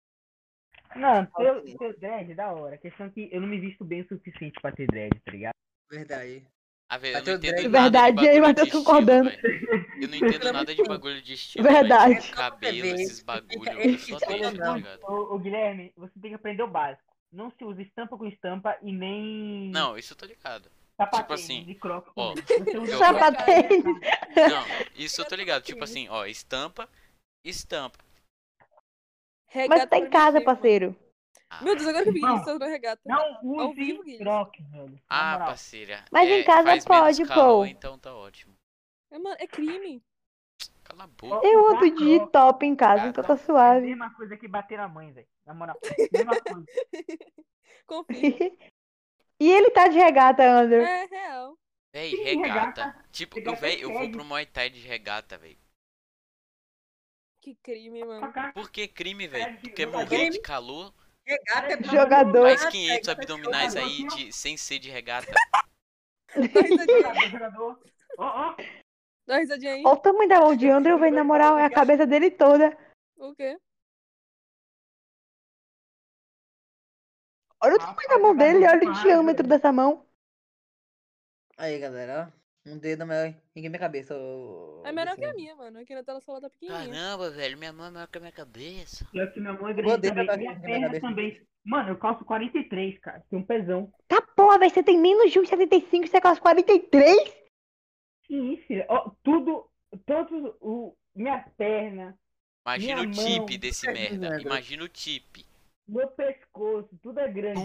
Speaker 9: Não, eu, eu dread, da hora. A questão é que eu não me visto bem o suficiente pra ter dread, tá ligado?
Speaker 1: Verdade.
Speaker 3: Ah, velho, eu
Speaker 9: Bateu
Speaker 3: não entendo
Speaker 9: dread.
Speaker 3: nada
Speaker 9: Verdade,
Speaker 3: de
Speaker 9: aí,
Speaker 3: bagulho
Speaker 9: Matheus
Speaker 3: de estilo,
Speaker 9: concordando.
Speaker 3: velho. Eu não entendo nada de bagulho de estilo.
Speaker 9: Verdade.
Speaker 3: velho. Tipo, cabelo, esses bagulho. Eu só deixo, tá ligado?
Speaker 9: Ô, ô, Guilherme, você tem que aprender o básico. Não se usa estampa com estampa e nem.
Speaker 3: Não, isso eu tô ligado.
Speaker 9: Sapatênis
Speaker 3: tipo assim,
Speaker 9: e crocs
Speaker 3: ó,
Speaker 9: também.
Speaker 3: eu-
Speaker 9: Sapatênis.
Speaker 3: Não, isso eu tô ligado. Tipo assim, ó, estampa, estampa.
Speaker 5: Mas tá em casa, parceiro.
Speaker 8: Meu Deus, agora que eu vi
Speaker 5: Não.
Speaker 8: isso, eu tô na regata.
Speaker 9: Não,
Speaker 8: Ao vivo, Guilherme.
Speaker 3: Ah, parceira. É,
Speaker 5: Mas em casa
Speaker 3: faz menos
Speaker 5: pode,
Speaker 3: calor,
Speaker 5: pô.
Speaker 3: Então tá ótimo.
Speaker 8: É, mano, é crime.
Speaker 3: Cala a boca.
Speaker 5: Eu ando
Speaker 9: Tá
Speaker 5: de top em casa, então tá suave.
Speaker 9: é Mesma coisa que bater na mãe, velho. Na moral. Mesma coisa.
Speaker 5: E ele tá de regata, Andrew.
Speaker 8: É real.
Speaker 3: Véi, regata. Tipo, eu, véi, eu vou pro Muay Thai de regata, véi.
Speaker 8: Que crime, mano.
Speaker 3: Por que crime,
Speaker 9: É,
Speaker 3: velho? é Tu quer
Speaker 8: não,
Speaker 3: morrer
Speaker 8: crime.
Speaker 3: de calor?
Speaker 8: Regata é
Speaker 5: Jogador.
Speaker 3: Mais 500
Speaker 5: então tá
Speaker 3: abdominais aí de, sem ser de regata.
Speaker 8: Dá uma risadinha aí.
Speaker 5: Olha o tamanho da mão de Andrew, velho, na moral, é a cabeça dele toda.
Speaker 8: O quê? É
Speaker 5: Olha o tamanho da mão dele, olha o diâmetro dessa mão.
Speaker 1: Aí, galera, ó. Um dedo maior em minha cabeça. ô-
Speaker 8: É melhor que a minha, mano. Aqui na tela só ela tá pequenininha.
Speaker 3: Caramba, velho, minha mão é maior que a minha cabeça.
Speaker 9: Pior que minha mão é
Speaker 3: Eu
Speaker 9: grande
Speaker 3: odeio
Speaker 9: também.
Speaker 3: jogar
Speaker 9: Minha
Speaker 3: com
Speaker 9: perna
Speaker 3: cabeça.
Speaker 9: também. Mano, eu calço 43, cara. Tem um pezão.
Speaker 5: Tá porra, velho, você tem menos de 1,75, você é quase 43?
Speaker 9: Sim, filha. Ó, tudo. Todos o. Minha perna,
Speaker 3: Imagina
Speaker 9: Minha
Speaker 3: o
Speaker 9: mão,
Speaker 3: tip desse
Speaker 9: tá
Speaker 3: merda.
Speaker 9: ligado?
Speaker 3: Imagina o Uh, tip.
Speaker 9: meu pescoço, tudo é grande.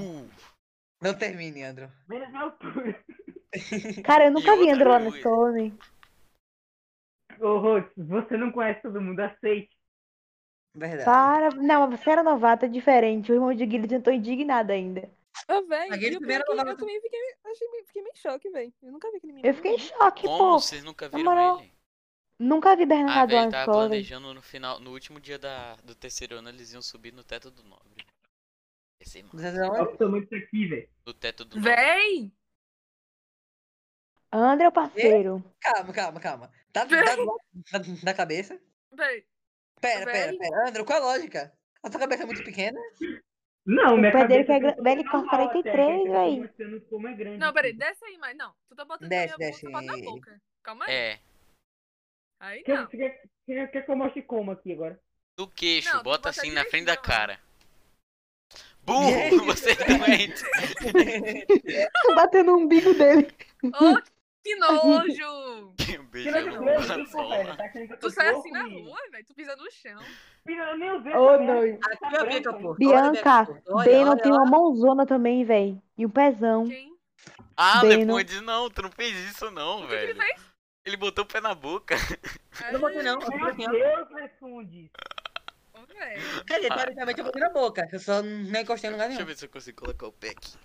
Speaker 1: Não termine, Andro.
Speaker 9: Menos minha altura.
Speaker 5: Cara, eu nunca vi
Speaker 9: outra
Speaker 5: Andrew lá na
Speaker 9: coisa.
Speaker 5: escola, né?
Speaker 9: Ô, Rox, você não conhece todo mundo, aceite.
Speaker 1: Verdade.
Speaker 8: Tá.
Speaker 5: Para. Não, mas você era novata, é diferente. O irmão de Guilherme tentou indignado ainda.
Speaker 8: Ah, velho,
Speaker 5: Aquele
Speaker 8: e o pior
Speaker 5: primeiro
Speaker 8: é que eu,
Speaker 5: novato.
Speaker 8: também fiquei, achei, meio- fiquei meio em choque, velho. Eu nunca vi aquele menino.
Speaker 5: Eu fiquei em choque,
Speaker 3: Como
Speaker 5: pô.
Speaker 3: vocês nunca
Speaker 5: Na
Speaker 3: viram
Speaker 5: moral, é
Speaker 3: ele?
Speaker 5: Nunca vi
Speaker 3: Ah,
Speaker 5: Bernardo lá
Speaker 3: velho,
Speaker 5: na
Speaker 3: tava
Speaker 5: escola. velho.
Speaker 3: planejando no final, no último dia da, do terceiro ano, eles iam subir no teto do nobre. Esse
Speaker 8: Tá.
Speaker 9: Olha o tamanho disso aqui, velho.
Speaker 3: No teto do nobre.
Speaker 8: Véi!
Speaker 5: André, é o parceiro.
Speaker 1: Calma, calma, calma. Tá tá do lado da, da cabeça?
Speaker 8: Véi.
Speaker 1: Pera, pera,
Speaker 8: Véi.
Speaker 1: pera. Andro, qual a lógica? A sua cabeça é muito pequena?
Speaker 9: Não,
Speaker 5: O
Speaker 9: minha
Speaker 5: pai dele que é
Speaker 9: cabeça tem
Speaker 5: grande. Velho, ele corta 43, velho.
Speaker 9: mostrando como é
Speaker 5: Uhum.
Speaker 9: grande.
Speaker 8: Não, peraí, desce aí mais. Não, tu tá botando
Speaker 1: Desce,
Speaker 8: a minha
Speaker 1: desce.
Speaker 8: boca, bota na boca. Calma aí.
Speaker 3: É,
Speaker 8: Aí
Speaker 9: Quer,
Speaker 8: não.
Speaker 9: você quer, você quer- quer que eu mostre como aqui agora?
Speaker 3: do queixo,
Speaker 8: Não, tu
Speaker 3: bota
Speaker 8: bota
Speaker 3: assim na frente da cara.
Speaker 9: Gente.
Speaker 3: Burro, você é doente.
Speaker 5: Batendo no umbigo dele.
Speaker 8: Ô, que nojo!
Speaker 3: Beijão
Speaker 9: Tira
Speaker 3: no
Speaker 9: de novo,
Speaker 3: braço,
Speaker 9: isso,
Speaker 3: ó.
Speaker 9: velho, tá achando que eu tô
Speaker 8: Tu sai
Speaker 9: louco,
Speaker 8: assim na
Speaker 9: menino?
Speaker 8: rua, velho. Tu pisa no chão.
Speaker 9: Filha, eu nem usei
Speaker 5: Ô,
Speaker 9: essa merda.
Speaker 5: doido.
Speaker 9: Tá
Speaker 1: Aqui, é meu
Speaker 9: branca,
Speaker 1: pica, pô.
Speaker 5: Bianca,
Speaker 1: olha,
Speaker 5: Beno
Speaker 1: olha
Speaker 5: tem uma mãozona também, velho. E um pezão.
Speaker 3: Ah,
Speaker 5: Bem,
Speaker 3: Leopoldo disse, não, tu não fez isso não, velho.
Speaker 8: ele
Speaker 3: Ele botou o pé na boca.
Speaker 1: Eu não botei, não. Eu
Speaker 9: Meu
Speaker 1: botei, ó.
Speaker 9: Deus, responde.
Speaker 1: Quer dizer, teoricamente eu botei na boca. Eu só não encostei no lugar
Speaker 3: Deixa
Speaker 1: nenhum.
Speaker 3: eu ver se eu consigo colocar o pé aqui.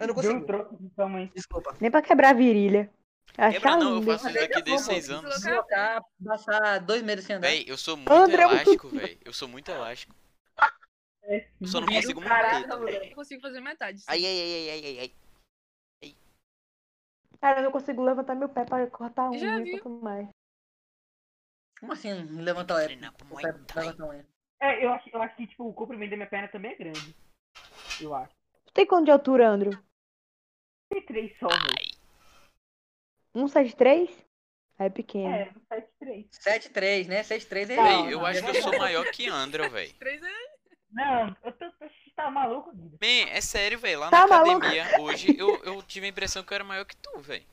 Speaker 1: Eu não
Speaker 9: Deu
Speaker 1: consigo.
Speaker 9: um troco de sua mãe.
Speaker 1: Desculpa.
Speaker 5: Nem pra quebrar a virilha. é
Speaker 3: Quebra
Speaker 5: Achar
Speaker 3: não, eu
Speaker 5: lindo.
Speaker 3: faço isso daqui desde 6 anos.
Speaker 1: Deslocar, Tá, passar dois meses sem andar.
Speaker 3: Véi, eu sou muito
Speaker 1: André, eu-
Speaker 3: elástico, velho. Eu sou muito elástico. Eu só não consigo manter. tá ligado?
Speaker 8: Eu consigo fazer metade.
Speaker 3: Ai, ai, ai, ai, ai, ai.
Speaker 5: Cara, eu não consigo levantar meu pé pra cortar um.
Speaker 8: Já
Speaker 5: né,
Speaker 8: viu?
Speaker 5: quanto mais.
Speaker 1: Como assim levantar o pé? O pé pra levantar o pé.
Speaker 9: É, eu acho, eu acho que tipo, o comprimento da minha perna também é grande. Eu acho.
Speaker 5: Tu tem quanto de altura, Andrew?
Speaker 9: Tem três só, velho.
Speaker 5: 173? Aí Um é pequeno.
Speaker 9: É, 7-3.
Speaker 1: 7-3, né? 7-3 é.
Speaker 3: Véi, eu acho que eu sou maior que André, véi.
Speaker 9: Não, eu tô, tô, tá maluco, Guido.
Speaker 3: Man, é sério, véi. Lá
Speaker 9: Tá
Speaker 3: na
Speaker 9: maluco?
Speaker 3: academia, hoje, eu, eu tive a impressão que eu era maior que tu, véi.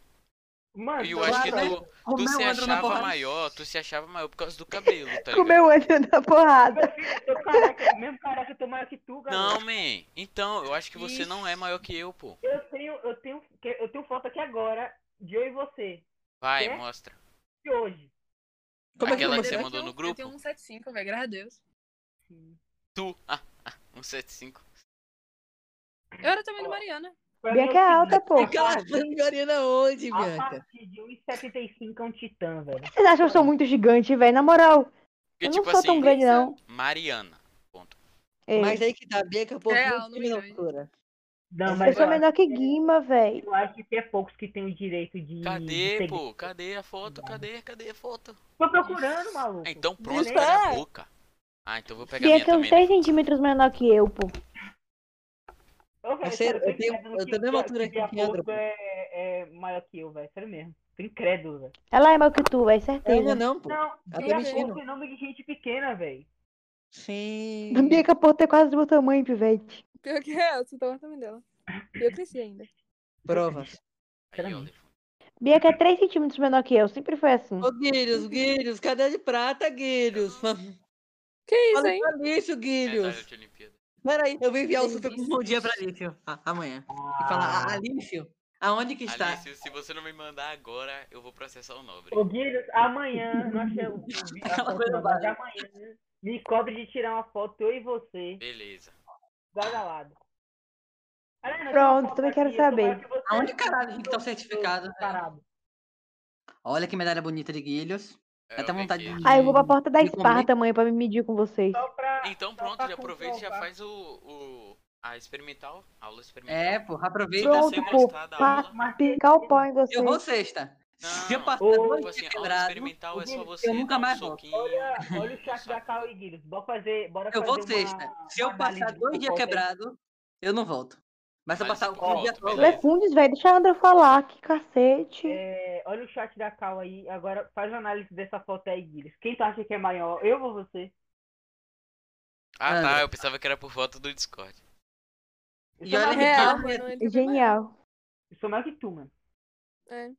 Speaker 9: Mano,
Speaker 3: E eu acho que tu,
Speaker 9: Comeu
Speaker 3: tu se
Speaker 9: o André na
Speaker 3: achava
Speaker 9: porrada.
Speaker 3: maior, tu se achava maior por causa do cabelo, tá ligado?
Speaker 5: Comeu o Andrew na porrada.
Speaker 9: Eu, caraca, mesmo caraca, eu tô maior que tu, galera.
Speaker 3: Não, man. Então, eu acho que você não é maior que eu, pô.
Speaker 9: Eu tenho, eu tenho, eu tenho foto aqui agora de eu e você.
Speaker 3: Vai,
Speaker 9: É?
Speaker 3: mostra.
Speaker 9: De hoje.
Speaker 3: Como é que Aquela eu que você mandei? mandou no
Speaker 8: Eu tenho 175, velho, graças a Deus.
Speaker 3: Tu. Ah, ah, 175.
Speaker 8: Eu era também de Mariana.
Speaker 5: Bianca é alta, pô.
Speaker 1: Mariana onde,
Speaker 9: Bianca? A partir de 1,75 é um titã, velho.
Speaker 5: Vocês acham que eu sou muito gigante, velho? Na moral, Eu não
Speaker 3: tipo
Speaker 5: sou
Speaker 3: assim,
Speaker 5: tão grande,
Speaker 3: é
Speaker 5: não. É,
Speaker 3: Mariana.
Speaker 5: Ei.
Speaker 1: Mas aí que tá bem, que eu pouco
Speaker 5: Real,
Speaker 1: muito miniatura.
Speaker 9: Não,
Speaker 3: é
Speaker 5: Eu
Speaker 9: mas
Speaker 5: sou
Speaker 9: eu,
Speaker 5: menor que Guima, velho.
Speaker 9: eu acho que é poucos que tem o direito de.
Speaker 3: Cadê,
Speaker 9: de-
Speaker 3: pô? Cadê a foto? Cadê? Cadê a foto?
Speaker 9: Tô procurando, maluco.
Speaker 3: Ah, então pronto,
Speaker 9: Isso
Speaker 3: cadê a
Speaker 9: é.
Speaker 3: boca? Ah, então eu vou pegar a
Speaker 5: Bia
Speaker 3: minha
Speaker 5: que é uns
Speaker 3: também. né?
Speaker 5: 3 centímetros menor que eu, pô.
Speaker 9: Eu
Speaker 1: sei, eu tenho- eu tenho a mesma altura que a Andra, pô.
Speaker 9: É, é maior que eu, velho. Sério mesmo. Tô incrédulo, velho.
Speaker 5: Ela é maior que tu, velho, certeza.
Speaker 1: Ela não, pô.
Speaker 9: Não,
Speaker 1: tá
Speaker 9: Bia Porto
Speaker 1: mentindo.
Speaker 9: é nome de gente pequena, velho.
Speaker 1: Sim.
Speaker 5: Bia que a porra é quase do meu tamanho, pivete.
Speaker 8: Pior que é, eu sou do tamanho dela. E eu cresci ainda.
Speaker 1: Provas.
Speaker 5: Bia que é 3 centímetros menor que eu, sempre foi assim.
Speaker 1: Ô, Guilhos, Guilhos, cadê de prata, Guilhos?
Speaker 8: Que isso,
Speaker 1: Olha
Speaker 8: hein?
Speaker 1: pra lixo,
Speaker 3: É
Speaker 1: Guilhos. Peraí, eu vou enviar o super um bom dia pra Lício a- amanhã. E falar, a, a Lício, aonde que está?
Speaker 3: Ah. Alício, se você não me mandar agora, eu vou processar o nobre.
Speaker 9: Ah, Ô, Guilherme, amanhã, nós temos o vídeo tá
Speaker 3: Aquela coisa
Speaker 9: mas amanhã me cobre de tirar uma foto, eu e você,
Speaker 3: Beleza.
Speaker 9: lado a lado. Helena, tem uma
Speaker 5: Pronto,
Speaker 9: foto
Speaker 5: também quero
Speaker 9: aqui, eu tomara
Speaker 5: saber.
Speaker 9: que você-
Speaker 1: Aonde caralho que tá o certificado?
Speaker 9: Parado.
Speaker 1: Olha que medalha bonita de Guilhos.
Speaker 3: É,
Speaker 1: Dá até vontade de.
Speaker 5: Ah, eu vou pra porta da
Speaker 1: de comer.
Speaker 5: Esparta amanhã pra me medir com vocês.
Speaker 3: Então pronto, já aproveita e já faz o, o- a experimental, a aula experimental. tá
Speaker 1: É, porra, aproveita.
Speaker 3: Pronto,
Speaker 1: Você
Speaker 3: pô.
Speaker 1: gostar da
Speaker 5: Pra
Speaker 1: aula.
Speaker 5: picar o pau em vocês.
Speaker 1: Eu vou sexta. Se eu passar
Speaker 9: Ô,
Speaker 1: dois
Speaker 3: Tipo assim,
Speaker 1: dias
Speaker 3: a aula
Speaker 1: quebrado,
Speaker 3: experimental é só você
Speaker 1: eu nunca
Speaker 3: dar um
Speaker 1: mais volto.
Speaker 3: soquinho. um
Speaker 9: Olha, olha o chat da Carol e Guilherme, bora fazer, bora
Speaker 1: Eu
Speaker 9: fazer
Speaker 1: vou
Speaker 9: uma-
Speaker 1: sexta. Se eu
Speaker 9: uma
Speaker 1: passar
Speaker 9: análise
Speaker 1: dois
Speaker 9: do
Speaker 1: dias
Speaker 9: contexto.
Speaker 1: quebrado, eu não volto. Mas se eu passar um dia todo,
Speaker 5: Lefundes, velho, deixa a Andra falar, que cacete.
Speaker 9: É, olha o chat da Cal aí, agora faz uma análise dessa foto aí, Guilherme. Quem tu acha que é maior, eu ou você?
Speaker 3: Ah,
Speaker 1: É.
Speaker 3: tá, eu pensava que era por volta do Discord.
Speaker 9: Eu
Speaker 1: E
Speaker 9: sou
Speaker 1: olha
Speaker 9: maior
Speaker 1: que
Speaker 9: que tu,
Speaker 1: Real,
Speaker 9: mano.
Speaker 8: é mano, ele também
Speaker 5: Genial.
Speaker 9: Eu sou maior que tu, mano.
Speaker 8: É.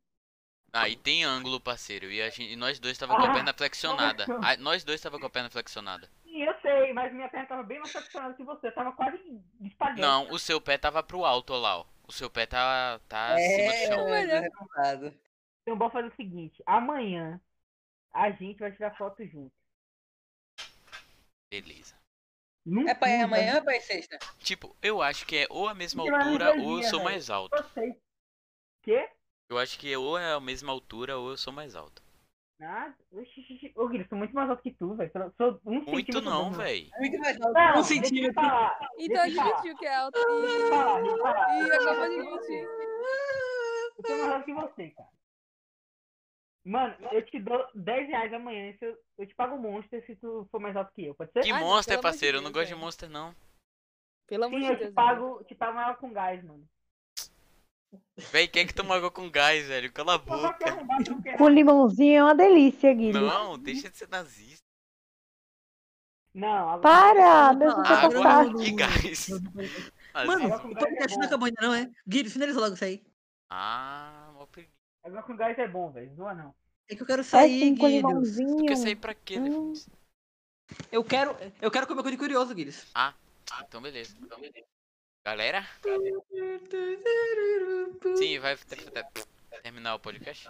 Speaker 3: Ah, e tem ângulo, parceiro. E, a gente- e nós dois tava com a
Speaker 9: Ah,
Speaker 3: perna flexionada. Ah, nós dois tava com a perna flexionada.
Speaker 9: Sim, eu sei, mas minha perna tava bem mais flexionada que você, eu tava quase de espaguete.
Speaker 3: Não, o seu pé tava pro alto, ó lá, ó. O seu pé tá, tá acima do chão.
Speaker 8: Olha.
Speaker 1: é arrombado.
Speaker 9: Então bora fazer o seguinte, amanhã a gente vai tirar foto junto.
Speaker 3: Beleza.
Speaker 9: Num
Speaker 1: É pra ir
Speaker 9: clube,
Speaker 1: amanhã
Speaker 9: vai
Speaker 1: ou pra ir sexta?
Speaker 3: Tipo, eu acho que é ou a mesma
Speaker 9: Tira uma
Speaker 3: altura ou eu
Speaker 9: energia,
Speaker 3: sou
Speaker 9: velho.
Speaker 3: mais alto.
Speaker 9: ser Vocês. Quê?
Speaker 3: Eu acho que ou é a mesma altura ou eu sou mais alto.
Speaker 9: Nada. Oxi, oxi, oxi. Ô, Guilherme, sou muito mais alto que tu, velho. Sou- Sou um
Speaker 3: Muito
Speaker 9: centímetro
Speaker 3: não,
Speaker 9: mais alto.
Speaker 3: velho.
Speaker 1: Muito mais alto.
Speaker 9: Não,
Speaker 1: um
Speaker 9: deixa eu
Speaker 1: centímetro.
Speaker 9: falar.
Speaker 8: Então
Speaker 9: Deixa eu falar.
Speaker 8: admitiu que é alto.
Speaker 9: Deixa eu falar, deixa eu falar.
Speaker 8: E acabou de admitir.
Speaker 9: Eu sou mais alto que você, cara. Mano, eu te dou 10 reais amanhã. Se eu, eu te pago um monstro se tu for mais alto que eu, pode ser?
Speaker 3: Que
Speaker 8: Ah, não,
Speaker 3: monster,
Speaker 8: pelo amor de
Speaker 3: parceiro? Eu não
Speaker 8: Deus,
Speaker 3: gosto de
Speaker 8: velho.
Speaker 3: monster, não.
Speaker 8: Pelo amor
Speaker 9: Sim,
Speaker 8: de
Speaker 9: eu te
Speaker 8: Deus.
Speaker 9: pago, te pago ela com gás, mano.
Speaker 3: Véi, quem é que toma água com gás, velho? Cala a
Speaker 9: Eu vou te
Speaker 3: boca.
Speaker 9: arrombar, não quero.
Speaker 5: Com limãozinho é uma delícia, Guilherme.
Speaker 3: Não, deixa de ser nazista.
Speaker 9: Não, agora-
Speaker 5: Para, meu
Speaker 1: Não,
Speaker 5: super
Speaker 1: Ah,
Speaker 5: é
Speaker 3: Água
Speaker 5: fácil.
Speaker 3: de gás.
Speaker 1: Mano,
Speaker 9: com
Speaker 1: o
Speaker 9: gás é
Speaker 1: podcast
Speaker 9: bom.
Speaker 1: não acabou ainda, não, é? Guilherme, finaliza logo isso aí.
Speaker 3: Ah, mó preguiça.
Speaker 9: Agora com gás é bom, velho. Zoa não.
Speaker 1: É que eu quero
Speaker 5: É
Speaker 1: sair,
Speaker 5: sim, com
Speaker 1: Guilherme.
Speaker 3: Tu quer
Speaker 5: limãozinho.
Speaker 3: sair pra quê, né?
Speaker 5: Hum.
Speaker 3: Defense?
Speaker 1: Eu quero, eu quero comer coisa de curioso, Guilherme.
Speaker 3: Então, beleza. Então, beleza. Galera? Sim, vai ter- ter- terminar o podcast?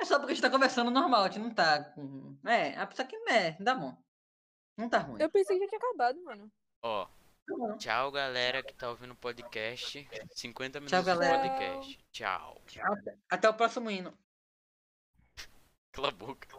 Speaker 1: É só porque a gente tá conversando normal, a gente não tá com... É, a pessoa que é, dá bom. Não tá ruim.
Speaker 8: Eu pensei que já tinha acabado, mano.
Speaker 3: Ó,
Speaker 1: Tá bom.
Speaker 3: tchau, galera que tá ouvindo o podcast. 50 minutos
Speaker 1: Tchau, galera.
Speaker 3: de podcast. Tchau.
Speaker 1: Até o próximo hino.
Speaker 3: Cala a boca.